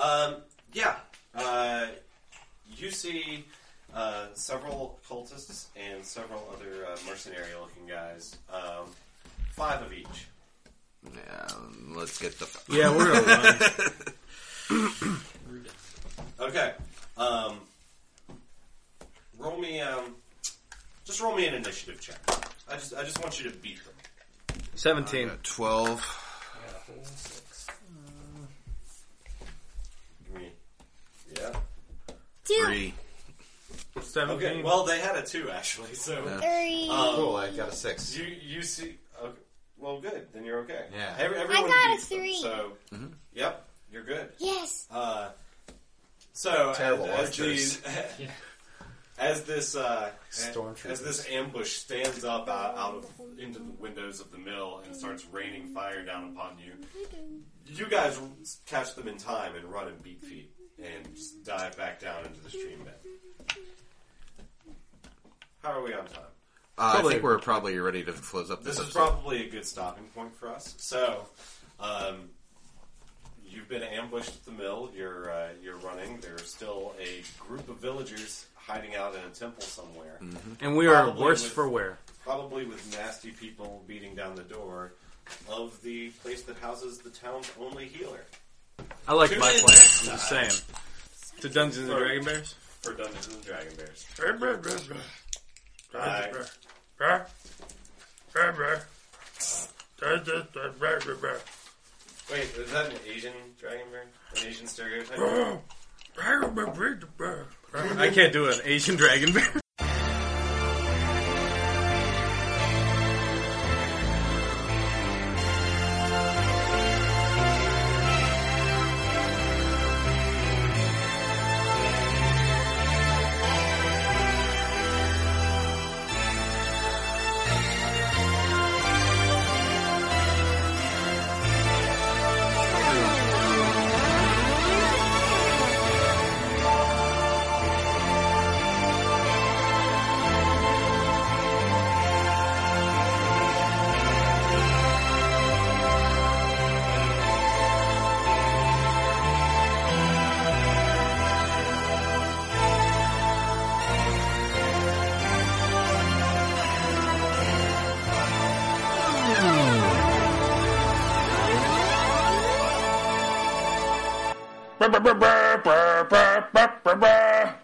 Um, yeah, uh, you see uh, several cultists and several other uh, mercenary-looking guys. Um, five of each. Yeah, let's get the Yeah, we're gonna run. Okay. Um, roll me. Um, just roll me an initiative check. I just, I just want you to beat them. Seventeen. uh, twelve. Give me. Yeah. Two. Three. Seventeen. Okay. Well, they had a two actually. So um, Three. Um, Cool, I got a six. you you see. Okay, well, good. Then you're okay. Yeah. Mm-hmm. Every, everyone got a beats them, three. so. Yep. You're good. yes. Uh, so Terrible as, as archers. these- as this uh, Stormtroopers. as this ambush stands up out, out of into the windows of the mill and starts raining fire down upon you, you guys catch them in time and run and beat feet and just dive back down into the stream bed. How are we on time? Uh, I Probably- think we're probably ready to close up this. This is episode. probably a good stopping point for us. So, um, you've been ambushed at the mill. You're uh, you're running. There's still a group of villagers hiding out in a temple somewhere, and we are Probably worse with- for wear. probably with nasty people beating down the door of the place that houses the town's only healer I like Tune my in plan. next I'm just saying. To Dungeons and Sorry. Dragon Bears. for Dungeons and Dragon Bears. Wait, is that an Asian Dragon Bear? An Asian stereotype? I can't do an Asian Dragon Bear. Brr, brr, brr, brr, brr, brr, brr, brr, brr.